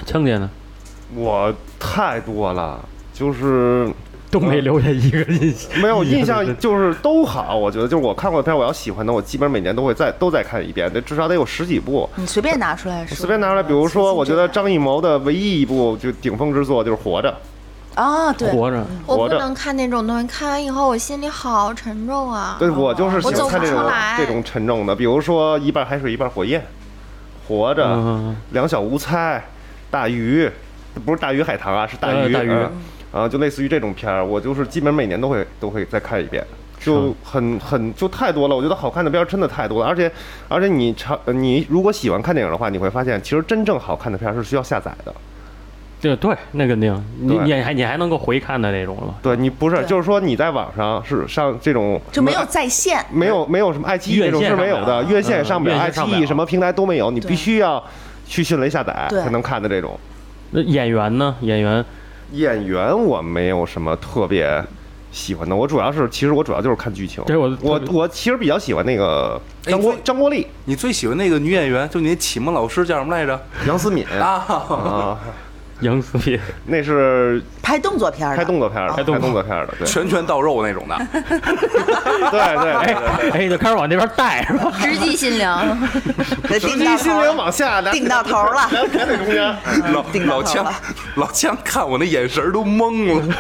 S1: 枪姐呢
S4: 我太多了，就是
S1: 都没
S4: 嗯
S1: 留下一个印象。
S4: 没有印象， 就是都好。我觉得就是我看过的片儿，我要喜欢的，我基本每年都会再都再看一遍，那至少得有十几部。
S2: 你随便拿出来说，
S4: 随便拿出来，比如说，我觉得张艺谋的唯一一部就顶峰之作就是《活着
S2: 啊，对，
S1: 活着，
S5: 我
S4: 活
S5: 不
S4: 着
S5: 能看那种东西，看完以后我心里好沉重啊》。。
S4: 对，我就是喜欢看这
S5: 我走不出
S4: 种
S5: 来
S4: 这种沉重的，比如说一半海水一半火焰，《活着》
S1: 嗯
S4: 两小无猜》《大鱼》，不是《大鱼海棠》啊，是《大
S1: 呃
S4: 鱼》
S1: 大鱼
S4: 嗯啊，就类似于这种片儿，我就是基本每年都会都会再看一遍。就很很就太多了，我觉得好看的片儿真的太多了，而且而且呃你长你如果喜欢看电影的话，你会发现其实真正好看的片儿是需要下载的，
S1: 对对，那肯定，你
S4: 对
S1: 你还你还能够回看的那种了。
S4: 对你不是，
S2: 对
S4: 就是说你在网上是上这种
S2: 就没有在线。
S4: 没有没有什么爱奇艺这种是没有的，
S1: 院
S4: 院
S1: 线
S4: 线
S1: 上
S4: 上
S1: 不
S4: 不
S1: 了
S4: 了，爱
S1: 院线
S4: 奇
S1: 上不了
S4: 艺什么平台都没有，你
S2: 对
S4: 必须要去迅雷下载
S2: 对
S4: 才能看的这种。
S1: 那演员呢？演员
S4: 演员我没有什么特别喜欢的，我主要是其实我主要就是看剧情。
S1: 对我
S4: 我我其实比较喜欢那个
S3: 哎
S4: 张国
S3: 所以
S4: 张国立、
S3: 你最喜欢那个女演员，就你那启蒙老师叫什么来着？
S4: 杨思
S1: 哎
S4: 敏
S3: 啊，
S4: 啊，
S1: 杨思敏，
S4: 那是
S2: 拍动作片儿的，哦
S4: 拍动作片儿的，
S1: 拍
S4: 拍
S1: 动作
S4: 动作片儿的，对
S3: 拳拳到肉那种的。
S4: 对对。
S1: 哎哎，就开始往那边带是吧？
S5: 直击心灵。
S2: 得
S4: 直
S2: 顶
S4: 击
S2: 到
S4: 心
S2: 头
S4: 灵
S2: 了，
S4: 往下，俩
S2: 顶到头 了。
S4: 俩腿中间。
S3: 老
S2: 顶到
S3: 老
S2: 头
S3: 枪
S2: 了，
S3: 老枪看我那眼神儿都懵了。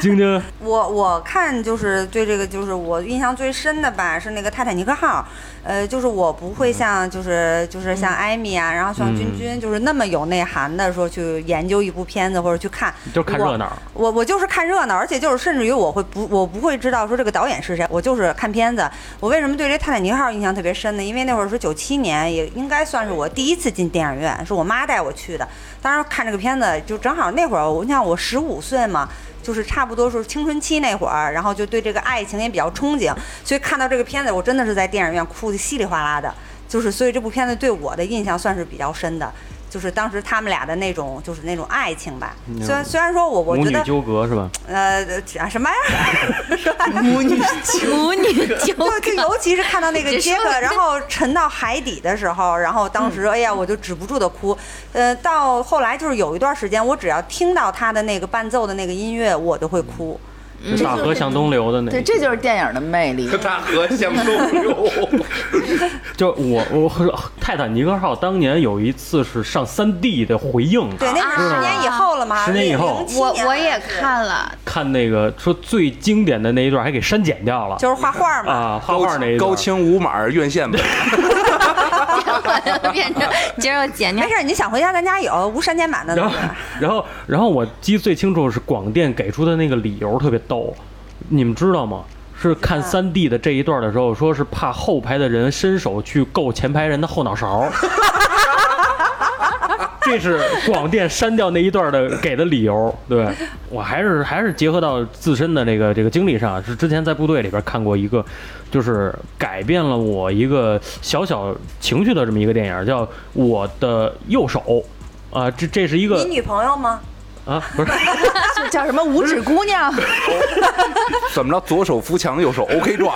S1: 晶晶，
S6: 我我看就是对这个就是我印象最深的吧，是那个泰坦尼克号，呃，就是我不会像就是就是像艾米啊，然后像君君就是那么有内涵的说去研究一部片子或者去看，
S1: 就看热闹。
S6: 我我就是看热闹，而且就是甚至于我会不我不会知道说这个导演是谁，我就是看片子。我为什么对这《泰坦尼克号》印象特别深呢？因为那会儿是九七年，也应该算是我第一次进电影院，是我妈带我去的。当时看这个片子，就正好那会儿，我你想我十五岁嘛。就是差不多是青春期那会儿，然后就对这个爱情也比较憧憬，所以看到这个片子，我真的是在电影院哭的稀里哗啦的。就是所以这部片子对我的印象算是比较深的，就是当时他们俩的那种就是那种爱情吧。虽然虽然说我我
S1: 母
S6: 觉
S1: 女
S6: 得
S1: 纠葛是吧？
S6: 呃啊什么 呀？母女
S7: 母女纠
S6: 就就尤其是看到那个
S7: 这
S6: 杰
S7: 说
S6: 克，然后沉到海底的时候，然后当时哎呀，我就止不住的哭。呃，到后来就是有一段时间，我只要听到他的那个伴奏的那个音乐，我都会哭。嗯
S1: 就大河向东流的那
S2: 对，
S1: 个。
S2: 这就是电影的魅 力。
S3: 大河 向东流，
S1: 就我我和泰坦尼克号当年有一次是上三 D 的回应，啊
S6: 对，那是
S1: 是
S6: 十
S1: 吗
S6: 年以后了嘛？
S1: 十年以后
S6: 07
S5: 我
S6: 年
S5: 我也
S6: 好像是，
S5: 看了，
S1: 看那个说最经典的那一段还给删减掉了，
S6: 就是画画嘛。
S1: 啊画画那一段
S3: 高清无码院线版，
S5: 变成接着剪
S6: 没
S5: 掉。
S6: 事儿，你想回家，咱家有无删减版的那
S1: 然后
S6: 个。，
S1: 然后，然后我记得最清楚是广电给出的那个理由特别逗，你们知道吗？是
S6: 嗯
S1: 看三 D 的这一段的时候，说是怕后排的人伸手去够前排人的后脑勺。 这是广电删掉那一段的给的理由，对我还是还是结合到自身的这个这个经历上，是之前在部队里边看过一个，就是改变了我一个小小情绪的这么一个电影，叫《我的右手》，啊、这这是一个
S6: 你女朋友吗？
S1: 啊，不 是，
S2: 就叫什么五指姑娘，
S3: 怎么着？左手扶墙，右手 OK 抓。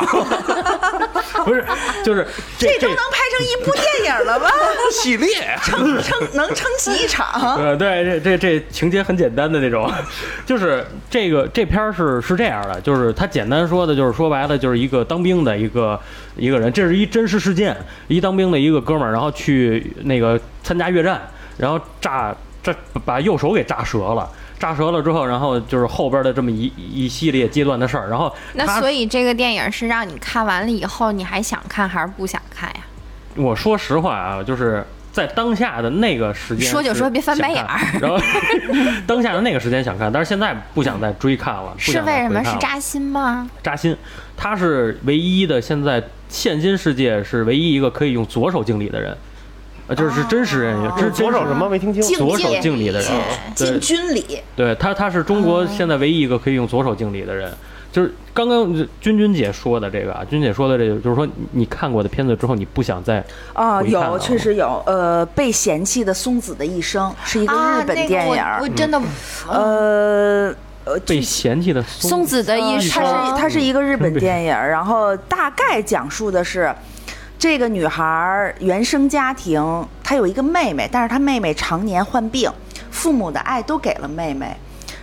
S1: 不是，就是这
S2: 都
S1: 这
S2: 能，拍成一部电影了吧？
S3: 系列，
S2: 撑能撑起一 场。
S1: 呃，对，这这这情节很简单的那种，就是这个这片儿是是这样的，就是他简单说的，就是说白了，就是一个当兵的一个一个人，这是一真实事件，一当兵的一个哥们儿，然后去那个参加越战，然后炸炸把右手给炸折了。炸折了之后，然后就是后边的这么一一系列阶段的事儿，然后
S5: 那
S1: 他
S5: 所以这个电影是让你看完了以后，你还想看还是不想看呀？
S1: 我说实话啊，就是在当下的那个时间
S5: 说就是说别翻白
S1: 想
S5: 眼儿
S1: 看然后当下的那个时间想看，但是现在不想再追看 了。不
S5: 是
S1: 想再
S5: 为什
S1: 回
S5: 么？
S1: 看
S5: 是
S1: 了
S5: 扎心吗？
S1: 扎心？他是唯一的现在现今世界是唯一一个可以用左手敬礼的人，呃，就是是真实人，
S5: 哦
S1: 也是
S4: 左手什么没听清？
S2: 敬
S1: 左手
S2: 敬
S1: 敬礼的人，对
S2: 进军礼，
S1: 对他，他是中国现在唯一一个可以用左手敬礼的人。就是刚刚君君姐说的这个啊，君姐说的这个，就是说你你看过的片子之后，你不想再
S2: 啊，
S1: 回看了
S2: 有，确实有。呃，被嫌弃的松子的一生是一个日本电影
S5: 啊那个、我
S2: 儿
S5: 我。真的、
S1: 嗯
S5: 嗯
S2: 呃呃，
S1: 被嫌弃的
S5: 松子的一
S2: 它
S5: 生，
S2: 是它是一个日本电影儿，然后大概讲述的是。这个女孩儿原生家庭，她有一个妹妹，但是她妹妹常年患病，父母的爱都给了妹妹。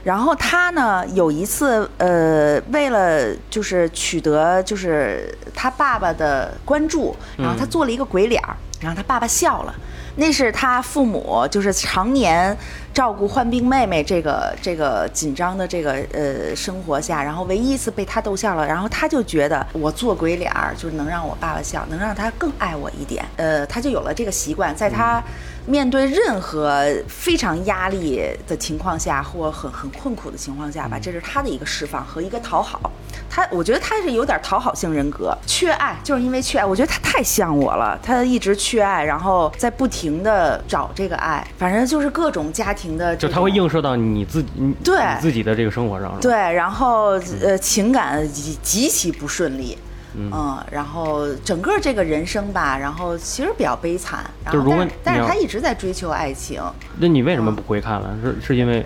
S2: 然后她呢，有一次，呃，为了就是取得就是她爸爸的关注，然后她做了一个鬼脸儿，然后她爸爸笑了。那是她父母就是常年照顾患病妹妹这个这个紧张的这个呃生活下，然后唯一一次被她逗笑了，然后她就觉得我做鬼脸儿就是能让我爸爸笑，能让他更爱我一点，呃，她就有了这个习惯，在她面对任何非常压
S1: 嗯
S2: 力的情况下或很很困苦的情况下吧，这是她的一个释放和一个讨好。他我觉得他是有点讨好型人格，缺爱，就是因为缺爱，我觉得他太像我了，他一直缺爱，然后在不停的找这个爱，反正就是各种家庭的
S1: 就
S2: 这种，
S1: 它会映射到你自己，你
S2: 对
S1: 你自己的这个生活上。是吧
S2: 对，然后呃情感极极其不顺利。嗯，然后整个这个人生吧，然后其实比较悲惨，然
S1: 就
S2: 后
S1: 如果
S2: 但是
S1: 你
S2: 但是
S1: 要
S2: 他一直在追求爱情，
S1: 那你为什么不回看了？是是因为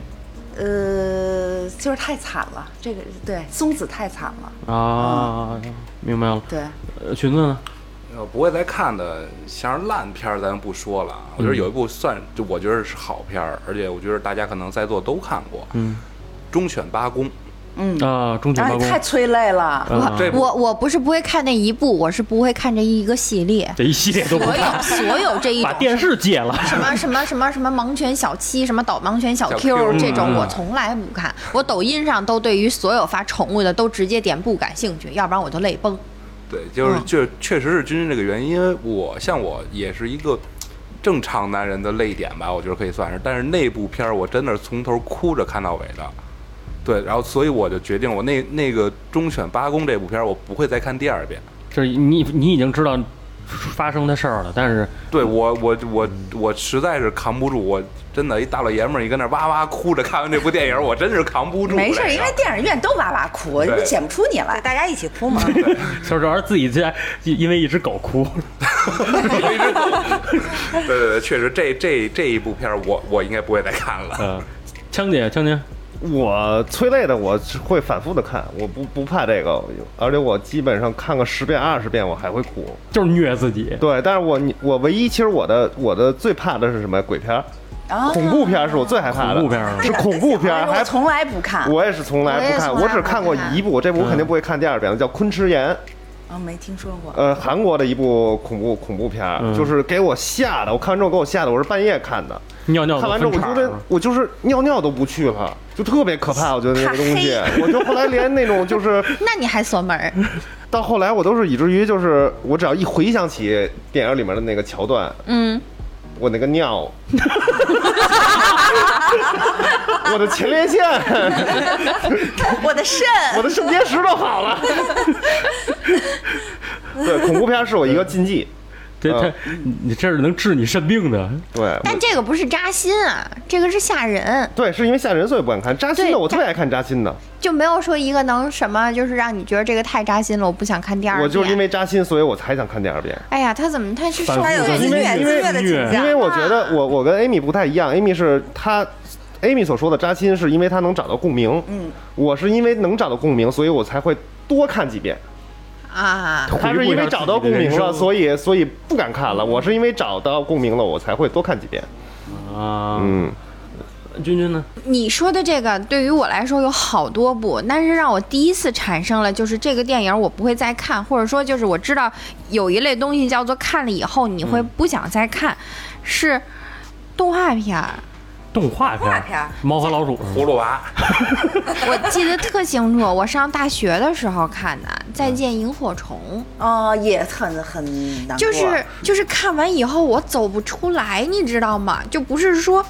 S2: 呃，就是太惨了，这个对松子太惨了，
S1: 啊，明白了。
S2: 对，
S1: 呃裙子呢？
S3: 呃，不会再看的，像是烂片儿咱不说了。我觉得有一部算，就我觉得是好片儿，而且我觉得大家可能在座都看过。
S1: 嗯，
S3: 忠犬八公，
S2: 嗯，
S1: 啊，中景
S2: 然
S1: 八
S2: 后
S1: 公
S2: 也太。催泪了，
S1: 嗯啊
S3: 这部
S5: 我我不是不会看那一部，我是不会看这一个系列，
S1: 这一系列都不
S5: 所
S1: 看，
S5: 有 所有这一种
S1: 把电视戒了。
S5: 什么什么什么什么盲犬小七，什么导盲犬小
S3: 小
S5: Q
S3: Q，
S5: 这种
S3: 嗯，
S5: 我从来不看。我抖音上都对于所有发宠物的都直接点不感兴趣，要不然我就泪崩。
S3: 对，就是
S5: 嗯
S3: 确确实是君君这个原因，因为我像我也是一个正常男人的泪点吧，我觉得可以算是。但是那部片儿我真的是从头哭着看到尾的，对，然后所以我就决定我那那个《忠犬八公》这部片儿我不会再看第二遍。
S1: 就是你你已经知道发生的事儿了，但是
S3: 对我我我我实在是扛不住，我真的一大老爷们儿，一跟那儿哇哇哭着看完这部电影，我真是扛不住这个。
S2: 没事儿，因为电影院都哇哇哭，
S3: 对
S2: 你剪不出你来。
S6: 大家一起 哭嘛。
S1: 小时候自己家因因为一只狗哭，
S3: 对对对，确实这这这一部片儿我我应该不会再看了。
S1: 嗯，枪姐，枪姐，
S4: 我催泪的我是会反复的看，我不不怕这个，而且我基本上看个十遍二十遍我还会哭。
S1: 就是虐自己，
S4: 对，但是我你我唯一其实我的我的最怕的是什么？鬼片儿、
S2: 啊
S4: 恐怖片儿是我最害怕的。
S1: 恐怖片儿
S4: 是恐怖片儿，
S2: 哎我
S4: 还
S2: 从来不看，
S4: 我也是从来不看，
S5: 我也
S4: 我
S5: 是从来不
S4: 只看过
S5: 看
S4: 一部，我这部我肯定不会看第二遍了，叫《昆池岩》。
S2: 啊没听说过。
S4: 呃，韩国的一部恐怖恐怖片儿，
S1: 嗯
S4: 就是给我吓的，我看完之后给我吓的，我是半夜看的。
S1: 尿尿
S4: 看
S1: 都
S4: 完之后，
S1: 分
S4: 我
S1: 叉
S4: 觉
S1: 了
S4: 得我就是尿尿都不去了，就特别可怕。我觉得那个东西，我就后来连那种就是
S5: 那你还锁门儿？
S4: 到后来，我都是以至于就是我只要一回想起电影里面的那个桥段，
S5: 嗯，
S4: 我那个尿，我的前列腺，
S2: 我的肾，
S4: 我的肾结石都好了。对，恐怖片是我一个禁忌。
S1: 这
S4: 呃
S1: 这你你这是能治你肾病的，
S4: 对，我
S5: 但这个不是扎心啊，这个是吓人，
S4: 对，是因为吓人所以不敢看。扎心
S5: 对
S4: 的我特别爱看扎心的，
S5: 就没有说一个能什么，就是让你觉得这个太扎心了，我不想看第二遍。
S4: 我就是因为扎心，所以我才想看第二遍。
S5: 哎呀，他怎么他是受
S1: 反复
S6: 他有
S1: 的虐
S6: 自虐自虐的倾
S4: 因
S6: 向
S4: 为，我觉得 我我跟 Amy 不太一样，Amy 是她，Amy 所说的扎心是因为她能找到共鸣，
S2: 嗯，
S4: 我是因为能找到共鸣，所以我才会多看几遍。
S5: 啊？
S1: 回顾一下
S4: 她是因为找到共
S1: 自己
S4: 鸣
S1: 的人
S4: 了，
S1: 生
S4: 所以所以不敢看了。我是因为找到共鸣了，我才会多看几遍。
S1: 啊。
S4: 嗯，
S1: 君君呢？
S5: 你说的这个对于我来说有好多部，但是让我第一次产生了就是这个电影我不会再看，或者说就是我知道有一类东西叫做看了以后你会不想再看，是动画片儿。
S1: 动画片
S6: 动画
S1: 儿，
S6: 片儿
S1: 猫和老鼠，
S3: 葫芦娃，
S5: 我记得特清楚，我上大学的时候看的《再见萤火虫》。
S2: 哦，也很很难过
S5: 就是就是看完以后我走不出来，你知道吗？就不是说，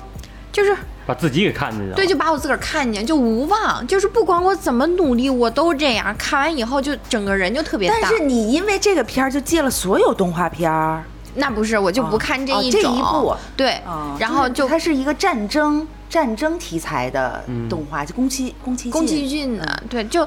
S5: 就是
S1: 把自己给看进去了。
S5: 对，就把我自个儿看见，就无望，就是不管我怎么努力，我都这样。看完以后就整个人就特别
S2: 但
S5: 大。
S2: 是你因为这个片儿就戒了所有动画片儿
S5: 那不是，我就不看这一种。
S2: 哦哦
S5: 对，
S2: 啊，
S5: 然后
S2: 是
S5: 就
S2: 它是一个战争战争题材的动画，就宫崎宫崎
S5: 宫
S2: 骏
S5: 崎骏的，对，就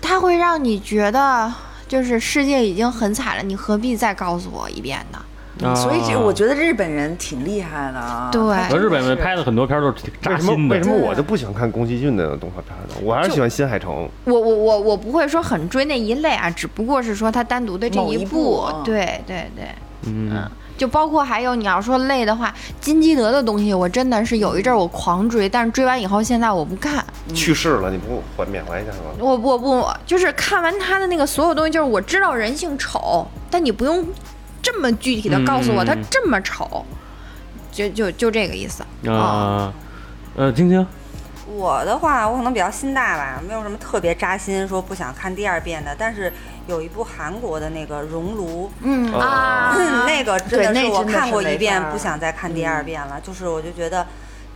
S5: 它会让你觉得就是世界已经很惨了，你何必再告诉我一遍呢？
S1: 啊
S2: 所以这我觉得日本人挺厉害的啊。
S5: 对
S2: 他真
S1: 日本人
S2: 是
S1: 拍的很多片儿都是挺扎
S4: 为什
S1: 心
S4: 么
S1: 的
S4: 为什。么我就不喜欢看宫崎骏的动画片呢？我还是喜欢新海诚。
S5: 我我我我不会说很追那一类啊，只不过是说他单独的这
S2: 某一
S5: 部
S2: 部嗯
S5: 对对对，
S1: 嗯，
S5: 就包括还有你要说累的话，金基德的东西我真的是有一阵儿我狂追，但是追完以后现在我不看，
S6: 嗯
S4: 去世了，你不怀缅怀一下吗？
S5: 我不我不就是看完他的那个所有东西，就是我知道人性丑，但你不用这么具体的告诉我
S1: 嗯
S5: 他这么丑，就就就这个意思
S6: 嗯
S5: 啊。
S1: 啊，呃，晶晶，
S6: 我的话，我可能比较心大吧，没有什么特别扎心说不想看第二遍的。但是有一部韩国的那个《熔炉》，
S2: 嗯
S5: 啊，
S6: 那个
S2: 对
S6: 真的
S2: 那
S6: 是我
S2: 真的
S6: 看
S2: 是
S6: 过
S2: 没
S6: 一遍
S2: 法儿
S5: 嗯
S6: 不想再看第二遍了。就是我就觉得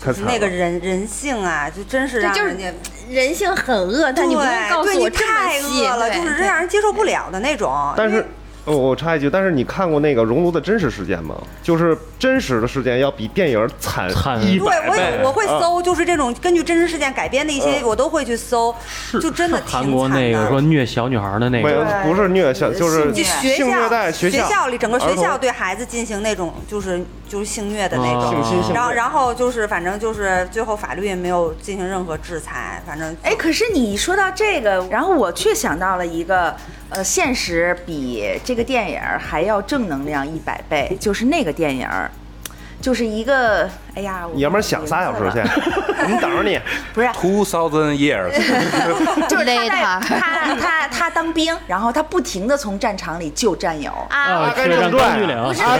S4: 太惨了
S6: 那个人人性啊，就真是让
S5: 这就是
S6: 人家
S5: 人性很恶，但你不用
S6: 对
S5: 告
S6: 对
S5: 诉
S6: 你
S5: 我这么
S6: 太
S5: 细，
S6: 恶了，
S5: 对
S6: 就是让人接受不了的那种。
S4: 但
S6: 因为
S4: 是，我我插一句，但是你看过那个熔炉的真实事件吗？就是真实的事件要比电影惨
S1: 惨
S4: 一
S6: 对
S4: 百
S6: 我
S4: 倍
S6: 有。我会
S1: 嗯
S6: 搜，就是这种根据真实事件改编的一些，我都会去搜，
S1: 是
S6: 就真的
S1: 是
S6: 挺
S1: 韩国那
S6: 惨
S1: 个
S6: 的
S1: 说虐小女孩的那
S4: 没有
S1: 个，，
S4: 不是虐小，就是
S6: 就学
S4: 性虐
S6: 校
S4: 待学校
S6: 里整个学
S4: 儿童
S6: 校对孩子进行那种就是就是性虐的那
S1: 啊
S6: 种，
S4: 性侵性
S6: 然后
S4: 虐。
S6: 然后就是反正就是最后法律也没有进行任何制裁，反正
S2: 哎，可是你说到这个，然后我却想到了一个，呃，现实比这个电影儿还要正能量一百倍，就是那个电影儿，就是一个，哎呀，我
S4: 爷们儿想仨小时
S2: 名字
S4: 去
S2: 了，
S4: 你等着你。
S2: 不是，
S3: Two thousand years，
S2: 就
S7: Later
S2: 是他在他他他当兵，然后他不停的从战场里救战友。
S1: 啊，
S4: 阿甘
S1: 血战
S4: 正传
S1: 钢锯岭，
S4: 不
S1: 血
S4: 是阿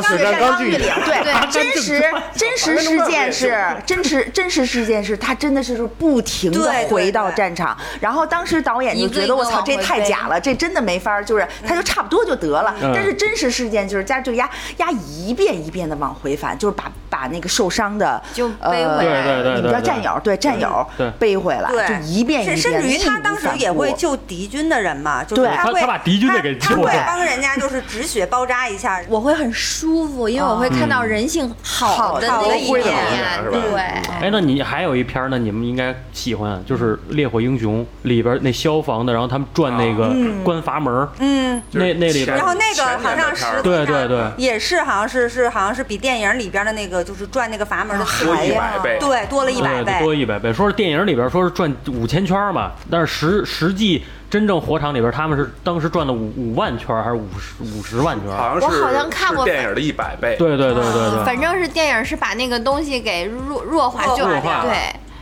S1: 战钢
S4: 甘
S1: 锯岭
S4: 正传啊血战钢锯岭
S2: 对，真实真实事件是真实真实事件是他真的是不停的
S6: 对对
S2: 回到
S6: 对
S2: 战场，然后当时导演就觉
S5: 一个一
S2: 得
S5: 个
S2: 我操
S5: 往
S2: 这
S5: 回
S2: 太
S5: 飞
S2: 假了，这真的没法儿，就是他就差不多就得了。
S1: 嗯
S2: 但是真实事件就是加就压压一遍一遍的往回返，就是把把那个受伤的
S5: 就
S2: 呃
S5: 背回来
S1: 对对对
S2: 你
S1: 对对
S2: 们叫战友对战友
S1: 对
S2: 背回来，
S6: 对
S2: 就一遍一
S6: 是
S2: 遍，
S6: 甚至于
S2: 义
S6: 他
S2: 无
S6: 当时
S2: 反
S6: 也会
S2: 顾
S6: 救敌军的人嘛，就是
S2: 对
S1: 他
S6: 他会
S1: 他把敌军
S6: 他
S1: 的给
S6: 他
S1: 救
S6: 会
S1: 了
S6: 帮人家就是止血包扎一下，
S5: 我会很舒服，因为我会看到人性啊好的
S6: 好
S5: 那
S6: 的
S5: 一
S6: 一面
S5: 面，
S4: 是吧
S5: 对。
S1: 哎，那你还有一片儿呢，你们应该喜欢，就是《烈火英雄》里边那消防的，然后他们转那个关阀门儿，
S6: 啊嗯。
S1: 那那里边
S6: 然
S1: 儿
S6: 后那个
S3: 前
S6: 好
S3: 年的
S6: 像
S3: 片
S6: 实
S3: 儿
S6: 际上
S1: 对对对
S6: 也是好像是是好像是比电影里边的那个就是转那个阀门的
S4: 啊
S3: 多
S6: 还
S3: 一
S6: 要
S3: 百倍。
S6: 对多了一百
S1: 对
S6: 倍，
S1: 多一百倍。说是电影里边说是赚五千圈儿嘛，但是实实际真正火场里边，他们是当时赚了五五万圈儿还是五十五十万圈儿？
S3: 好像是
S5: 我好像看过
S3: 是电影的一百倍。
S1: 对对对
S2: 啊
S1: 对对。
S7: 反正是电影是把那个东西给弱弱化，就
S1: 弱化
S7: 对。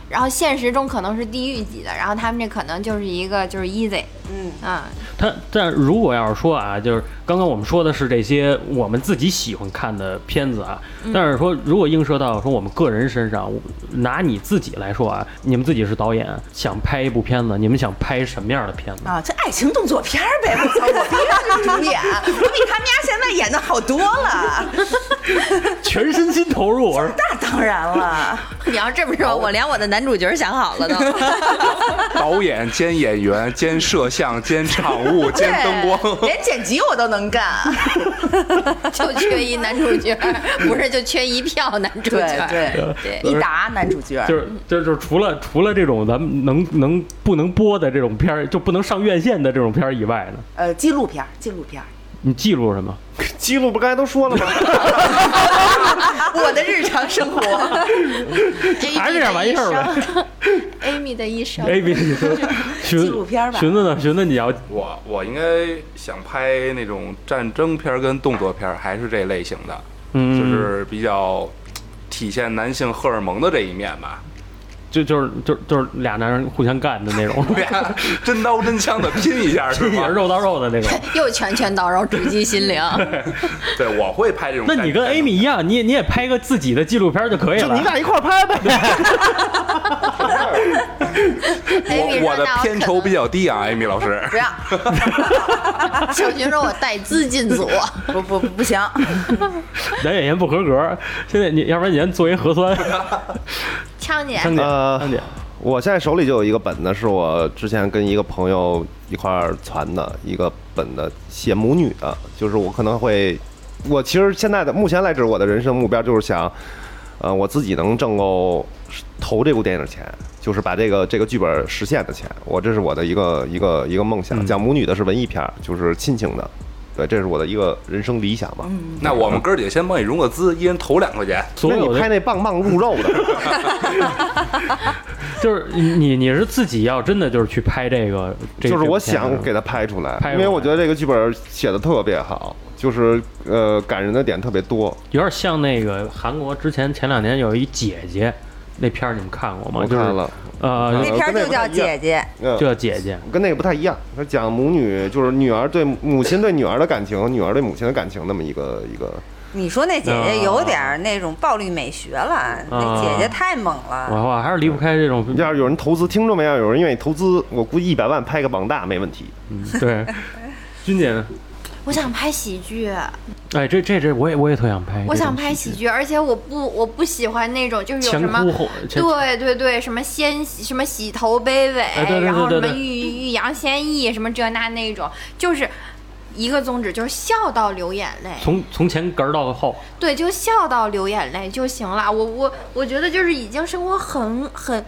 S7: 然后现实中可能是地狱级的，然后他们这可能就是一个就是 easy，
S6: 嗯，
S7: 嗯，
S1: 他但如果要是说啊，就是刚刚我们说的是这些我们自己喜欢看的片子啊，
S2: 嗯
S1: 但是说如果映射到说我们个人身上，我拿你自己来说啊，你们自己是导演，想拍一部片子，你们想拍什么样的片子？
S2: 啊，这爱情动作片儿呗，我操，我必须是主演， 我比他们家现在演的好多了，
S1: 全身心投入， 我说
S2: 那当然了，
S5: 你要这么说，我连我的男主角想好了都。
S3: 导演兼演员兼摄像兼场务兼灯光。
S2: 连剪辑我都能干，
S5: 就缺一男主角，不是就缺一票男 主角。
S2: 对一达男主角，
S1: 就是就是就是除了除了这种咱们能能不能播的这种片儿，就不能上院线的这种片儿以外呢，
S2: 呃，纪录片儿，纪录片儿，
S1: 你记录什么？
S4: 记录不刚才都说了吗？
S2: 我的日常生活，
S1: 还是这点玩意儿呗。哎
S5: Amy 的一
S2: 呃
S5: 生
S1: A B 你说， 寻
S2: 纪录片吧
S1: 寻思呢？寻思你要
S3: 我我应该想拍那种战争片儿跟动作片儿，还是这类型的，
S1: 嗯，
S3: 就是比较体现男性荷尔蒙的这一面吧。
S1: 就就是就就是俩男人互相干的那 种，
S3: 俩 真刀真枪的拼一下是
S1: 也
S3: 吗
S1: 是？肉到肉的那种。
S5: 又拳拳到肉，直 击心灵。
S3: 对，我会拍这种
S1: 那
S3: 战
S1: 你
S3: 争片。
S1: 跟 Amy 一样，你也你也拍个自己的纪录片就可以
S4: 就
S1: 了。
S4: 你俩一块儿拍呗。
S5: Amy
S3: 我我的
S5: 哎说那我
S3: 片酬比较低啊，Amy 老师。
S2: 不要，
S5: 小学说我带资 进组，
S1: 嗯
S2: 不不不不行，
S1: 男演员不合格，现在你要不然你先做一核 酸。
S5: 枪姐
S1: 张姐，
S4: 呃
S1: 张姐，
S4: 我现在手里就有一个本子，是我之前跟一个朋友一块儿传的一个本子，写母女的，就是我可能会，我其实现在的目前来指，我的人生目标就是想，呃，我自己能挣够呃投这部电影的钱，就是把这个这个剧本实现的钱，我这是我的一个一个一个梦想。讲母女的是文艺片儿，就是亲情的，对，这是我的一个人生理想吧。
S3: 那我们哥儿姐先帮你融个资，一人投两块钱。
S1: 所
S4: 那
S1: 有
S4: 你拍
S1: 的
S4: 那棒棒入肉的，
S1: 就是你你是自己要真的就是去拍这个，这
S4: 就是我
S1: 这部
S4: 想
S1: 片子
S4: 给它拍出来
S1: 拍，出
S4: 因为我
S1: 来
S4: 觉得这个剧本写的特别好，就是呃感人的点特别多。
S1: 有点像那个韩国之前前两年有一姐姐那片儿，你们看过吗？
S4: 我看了，
S1: 就是，呃，
S4: 我
S6: 那
S4: 看了
S6: 片儿
S4: 跟那不
S6: 就
S4: 太
S6: 叫
S4: 一样
S6: 姐姐，
S4: 嗯
S1: 就，叫姐姐，
S4: 跟那个不太一样，它讲母女，就是女儿对母亲对女儿的感情，女儿对母亲的感情，那么一个一个。
S6: 你说那姐姐
S1: 啊
S6: 有点儿那种暴力美学了，那姐姐太猛
S1: 我
S6: 了。
S1: 我还是离不开这种
S4: 要是有人投资，听众们要 有人愿意投资，我估计一百万拍个网大没问题。
S1: 对，君姐呢？
S5: 我想拍喜剧，
S1: 哎，这这这，我也我也特想拍这种剧，
S5: 我想拍喜剧，而且我不我不喜欢那种就是有
S1: 前
S5: 什么
S1: 哭后前
S5: 对对对，什么先洗什么洗头杯尾，
S1: 哎对对对
S5: 然后
S1: 对
S5: 什
S1: 对
S5: 么欲欲扬先抑，什么这那那种，就是一个宗旨，就是笑到流眼泪。
S1: 从从前哏儿到后，
S5: 对，就笑到流眼泪就行了。我我我觉得就是已经生活很很，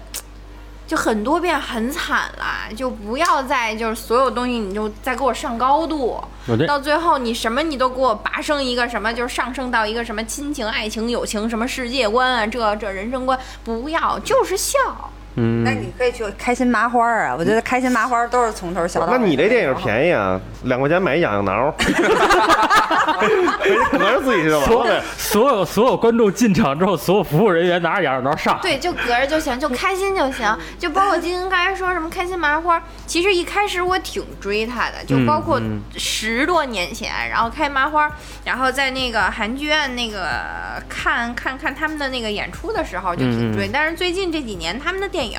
S5: 就很多遍很惨了，就不要再就是所有东西你就再给我上高度
S1: 我这，
S5: 到最后你什么你都给我拔升一个什么，就是上升到一个什么亲情、爱情、友情什么世界观啊，这这人生观不要，就是笑。
S6: 那
S1: 嗯，
S6: 你可以去开心麻花儿啊，我觉得开心麻花儿都是从头笑到
S4: 那
S6: 尾。
S4: 你这电影便宜啊，两块钱买一痒痒挠，合着 自己去吧。
S1: 所有所有所有观众进场之后，所有服务人员拿着眼罩上，
S5: 对，就隔着就行，就开心就
S1: 嗯
S5: 行。就包括金刚才说什么开心麻花，其实一开始我挺追他的，就包括
S1: 嗯
S5: 十多年前，然后开麻花，然后在那个韩剧院那个看看看他们的那个演出的时候就
S1: 嗯
S5: 挺追，但是最近这几年他们的电影，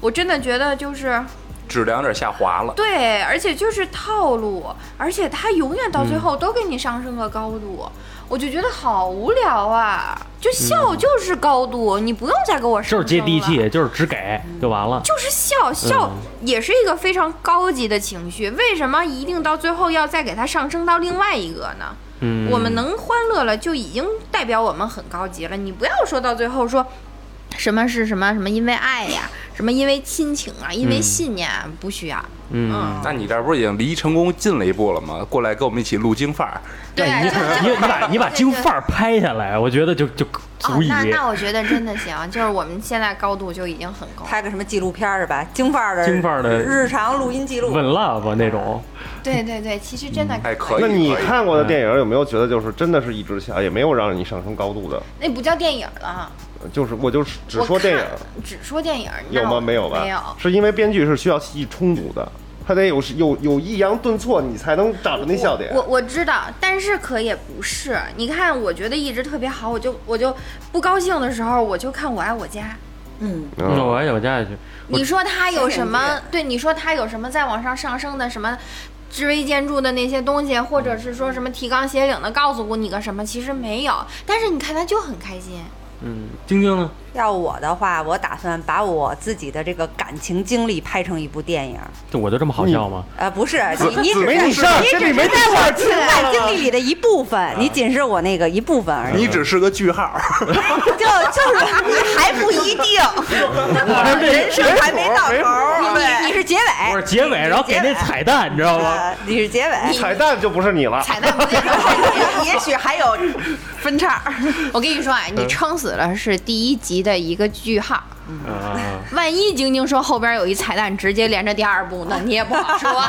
S5: 我真的觉得就是
S3: 质量有点下滑了。
S5: 对，而且就是套路，而且他永远
S1: 嗯
S5: 到最后都给你上升个高度。我就觉得好无聊啊！就笑就是高度，你不用再给我上升
S1: 嗯就
S5: 了
S1: 是接地气，就是只给就完了。
S5: 嗯就是笑笑
S4: 嗯
S5: 也是一个非常高级的情绪，为什么一定到最后要再给它上升到另外一个呢？
S1: 嗯，
S5: 我们能欢乐了，就已经代表我们很高级了。你不要说到最后说。什么是什么什么？因为爱呀，什么因为亲情啊，因为
S1: 嗯
S5: 信念啊，不需要。
S1: 嗯，
S3: 那你这不是已经离成功近了一步了吗？过来跟我们一起录京范儿，
S5: 对啊，
S1: 你
S5: 就就
S1: 你你把你把
S5: 对
S1: 京
S5: 对
S1: 范儿拍下来，我觉得就就
S5: 哦
S1: 足，以。
S5: 那那我觉得真的行，就是我们现在高度就已经很高了。
S6: 拍个什么纪录片儿吧，京范儿的
S1: 京范儿的
S6: 日常录音记录。
S1: 稳 love 那种，
S5: 对对对，其实真的
S3: 哎，可以。
S4: 那你
S3: 可以
S4: 看过的电
S1: 嗯
S4: 影有没有觉得就是真的是一直下，也没有让你上升高度的？
S5: 那不叫电影了，
S4: 就是我就是只
S5: 我
S4: 说电影
S5: 看，只说电影
S4: 有
S5: 那
S4: 吗？
S5: 我
S4: 没有吧？
S5: 没有。
S4: 是因为编剧是需要戏剧冲突的，他得有有有抑扬顿挫，你才能找着那笑点。
S5: 我我知道，但是可也不是。你看，我觉得一直特别好，我就我就不高兴的时候，我就看《我爱我家》。
S2: 嗯，
S1: 那
S4: 嗯
S1: 我还想加下去。我
S5: 你说他有
S6: 谢谢
S5: 什
S6: 你
S5: 么？对，你说他有什么再往上上升的什么？知微建筑的那些东西，或者是说什么提纲挈领的告诉过你个什么，其实没有。但是你看他就很开心，
S1: 嗯，晶晶呢？
S6: 要我的话，我打算把我自己的这个感情经历拍成一部电影。
S1: 就我就这么好笑吗？
S6: 呃，不是，你你只是
S4: 没你
S1: 啊
S4: 事儿这里
S6: 只
S4: 没
S6: 是
S4: 你
S6: 在
S4: 事儿
S6: 我
S4: 知
S6: 情感经历里的一部分，你仅是我那个一部分而已。
S3: 你只是个句号，
S6: 就就是还不一 定，
S5: 嗯
S6: 人生还没到头儿，对，你是结
S1: 啊我
S6: 尾
S1: 是，结尾，然后给那彩蛋，你知道吗？
S6: 呃你是结尾。
S4: 彩蛋就不是你了，
S5: 彩蛋 不见得好看
S2: 也许还有分叉。
S5: 我跟你说啊，你撑死了是第一集的一个句号。
S1: 啊，
S5: 万一晶晶说后边有一彩蛋，直接连着第二部呢，你也不好说，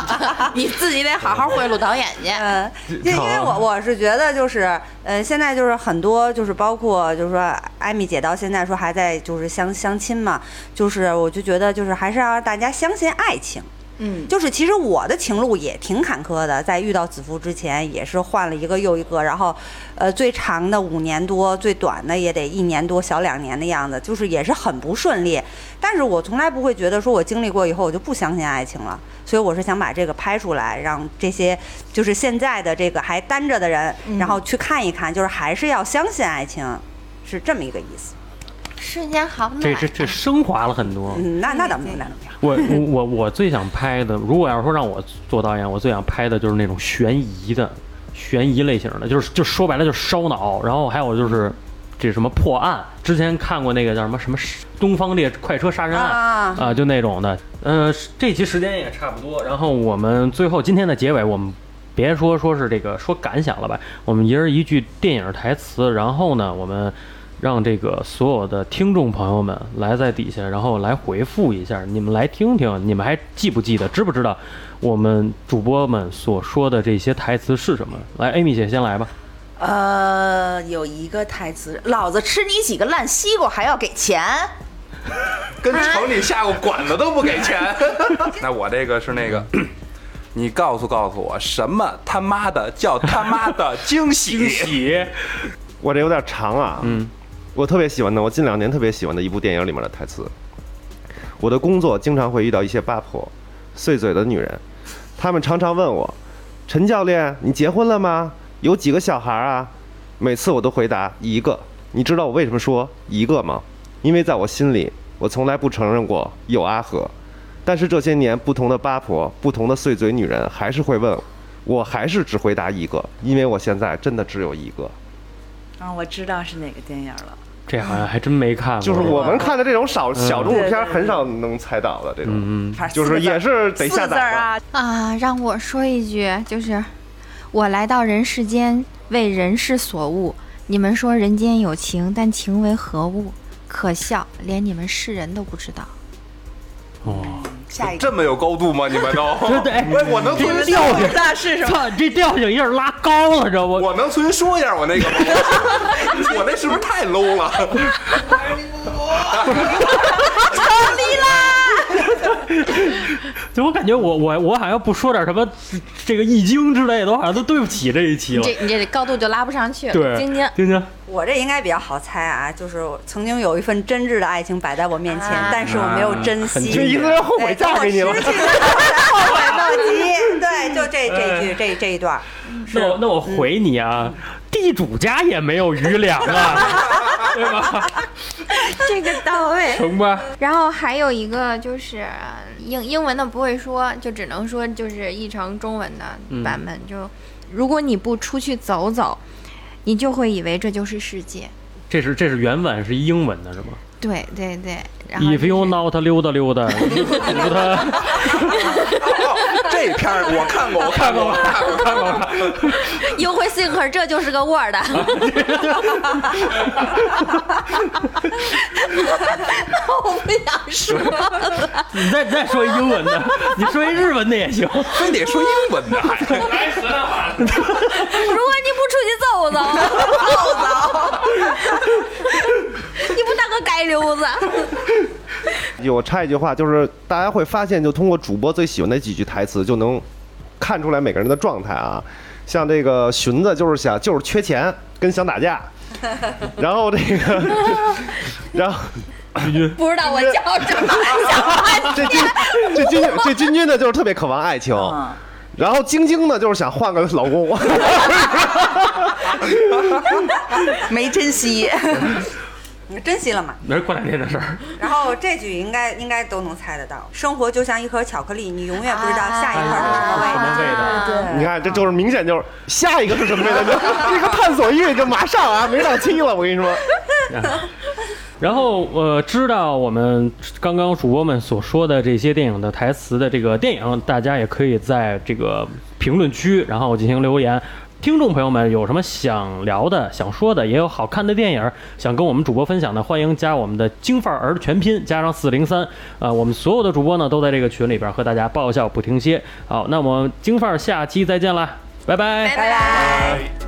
S5: 你自己得好好贿赂导演去。
S6: 嗯，因因为我我是觉得就是，呃，现在就是很多就是包括就是说，艾米姐到现在说还在就是相相亲嘛，就是我就觉得就是还是要让大家相信爱情。
S2: 嗯，
S6: 就是其实我的情路也挺坎坷的，在遇到子夫之前也是换了一个又一个，然后，呃，最长的五年多，最短的也得一年多，小两年的样子，就是也是很不顺利。但是我从来不会觉得说我经历过以后我就不相信爱情了，所以我是想把这个拍出来，让这些就是现在的这个还单着的人，然后去看一看，就是还是要相信爱情，是这么一个意思。
S5: 瞬间好暖。
S1: 嗯这这这升华了很多。
S6: 嗯，那那倒没有，那倒没有。
S1: 我我我我最想拍的，如果要说让我做导演，我最想拍的就是那种悬疑的，悬疑类型的，就是就说白了就是烧脑，然后还有就是这什么破案。之前看过那个叫什么什么东方列快车杀人案
S6: 啊
S1: 啊，就那种的。呃，这期时间也差不多，然后我们最后今天的结尾，我们别说说是这个说感想了吧，我们一人一句电影台词，然后呢，我们让这个所有的听众朋友们来在底下，然后来回复一下，你们来听听，你们还记不记得，知不知道我们主播们所说的这些台词是什么？来，Amy 姐先来吧。
S2: 呃，有一个台词，老子吃你几个烂西瓜还要给钱。
S3: 跟城里下过馆子都不给 钱。那我这个是那个， 你告诉告诉我，什么他妈的叫他妈的惊喜？
S1: 喜，
S4: 我这有点长啊。
S1: 嗯，
S4: 我特别喜欢的，我近两年特别喜欢的一部电影里面的台词。我的工作经常会遇到一些八婆、碎嘴的女人，她们常常问我，陈教练，你结婚了吗？有几个小孩啊？每次我都回答一个。你知道我为什么说一个吗？因为在我心里，我从来不承认过有阿和。但是这些年，不同的八婆、不同的碎嘴女人还是会问，我还是只回答一个，因为我现在真的只有一个。
S2: 啊，我知道是哪个电影了。
S1: 这好像还真没看过。
S4: 就是我们看的这种少小众
S2: 对
S4: 片
S2: 对
S4: 儿，
S2: 对
S4: 很少能猜到的这种。
S1: 嗯，
S2: 反正
S4: 就
S2: 四
S4: 是
S2: 个字儿
S4: 也是得
S2: 四
S4: 下
S2: 个字儿
S4: 载
S2: 啊，
S5: 啊，让我说一句，就是我来到人世间，为人世所悟。你们说人间有情，但情为何物？可笑，连你们世人都不知道。
S2: 下一个。
S3: 这么有高度吗？你们都？
S1: 真的哎
S3: 喂我能重
S1: 这
S3: 新
S1: 调
S2: 不
S1: 性
S2: 知，道是什么？
S1: 操，这调性有点拉高了，知道不？
S3: 我能重新说一下我那个吗？ 我那是不是太 low 了？
S1: 就我感觉我我我好像不说点什么这个易经之类的，我好像都对不起这一期
S5: 你
S1: 了
S5: 这。你这高度就拉不上去。
S1: 对，
S5: 晶晶，
S1: 晶晶，
S6: 我这应该比较好猜啊，就是曾经有一份真挚的爱情摆在我面前，
S2: 啊
S6: 但是我没有珍惜。
S1: 很
S4: 这意思是后悔嫁给你了
S6: 对。但我失去了后悔莫及。对，就这这一句，这这一段儿，
S1: 那我那我回你啊，地主家也没有余粮 啊，对吧？
S5: 这个到位。
S1: 成吧，
S5: 然后还有一个就是呃英英文的不会说，就只能说就是译成中文的版本。
S1: 嗯
S5: 就如果你不出去走走，你就会以为这就是世界。
S1: 这是这是原版是英文的是吗
S5: 对对对，然后
S1: ？If you not 溜达溜达，你不他
S3: 哦这片儿我看过，我看过，我 看过，看过。
S5: You will think 这就是个 word。我不想说，
S1: 你再再说一英文的，你说一日文的也行。
S5: 啊
S3: 非得说英文的，
S5: 如果你不出去走 走，走走，你不当个街溜子？
S4: 有我插一句话，就是大家会发现，就通过主播最喜欢的几句台词，就能看出来每个人的状态啊。像这个寻子就是想就是缺钱，跟想 打架，然后这个， 然后
S5: 不知道我叫什么，
S4: 这金这金这金君呢就是特别渴望爱情，
S2: 嗯
S4: 然后晶晶呢就是想换个老公，
S2: 没珍 惜，
S6: 你珍惜了吗？
S1: 那是过两天的事儿。
S6: 然后这句应该应该都能猜得到。生活就像一盒巧克力，你永远不知道下一块是什么味
S1: 什
S6: 道。
S1: 么味道？
S4: 你看这就是明显就是下一个是什么味道，你这个探索欲就马上啊没到期了，我跟你说。
S1: 然后呃，知道我们刚刚主播们所说的这些电影的台词的这个电影，大家也可以在这个评论区然后进行留言。听众朋友们有什么想聊的、想说的，也有好看的电影想跟我们主播分享的，欢迎加我们的“京范儿”全拼加上四零三，呃，我们所有的主播呢都在这个群里边和大家爆笑不停歇。好，那我们京范儿下期再见啦，拜拜
S5: 拜拜。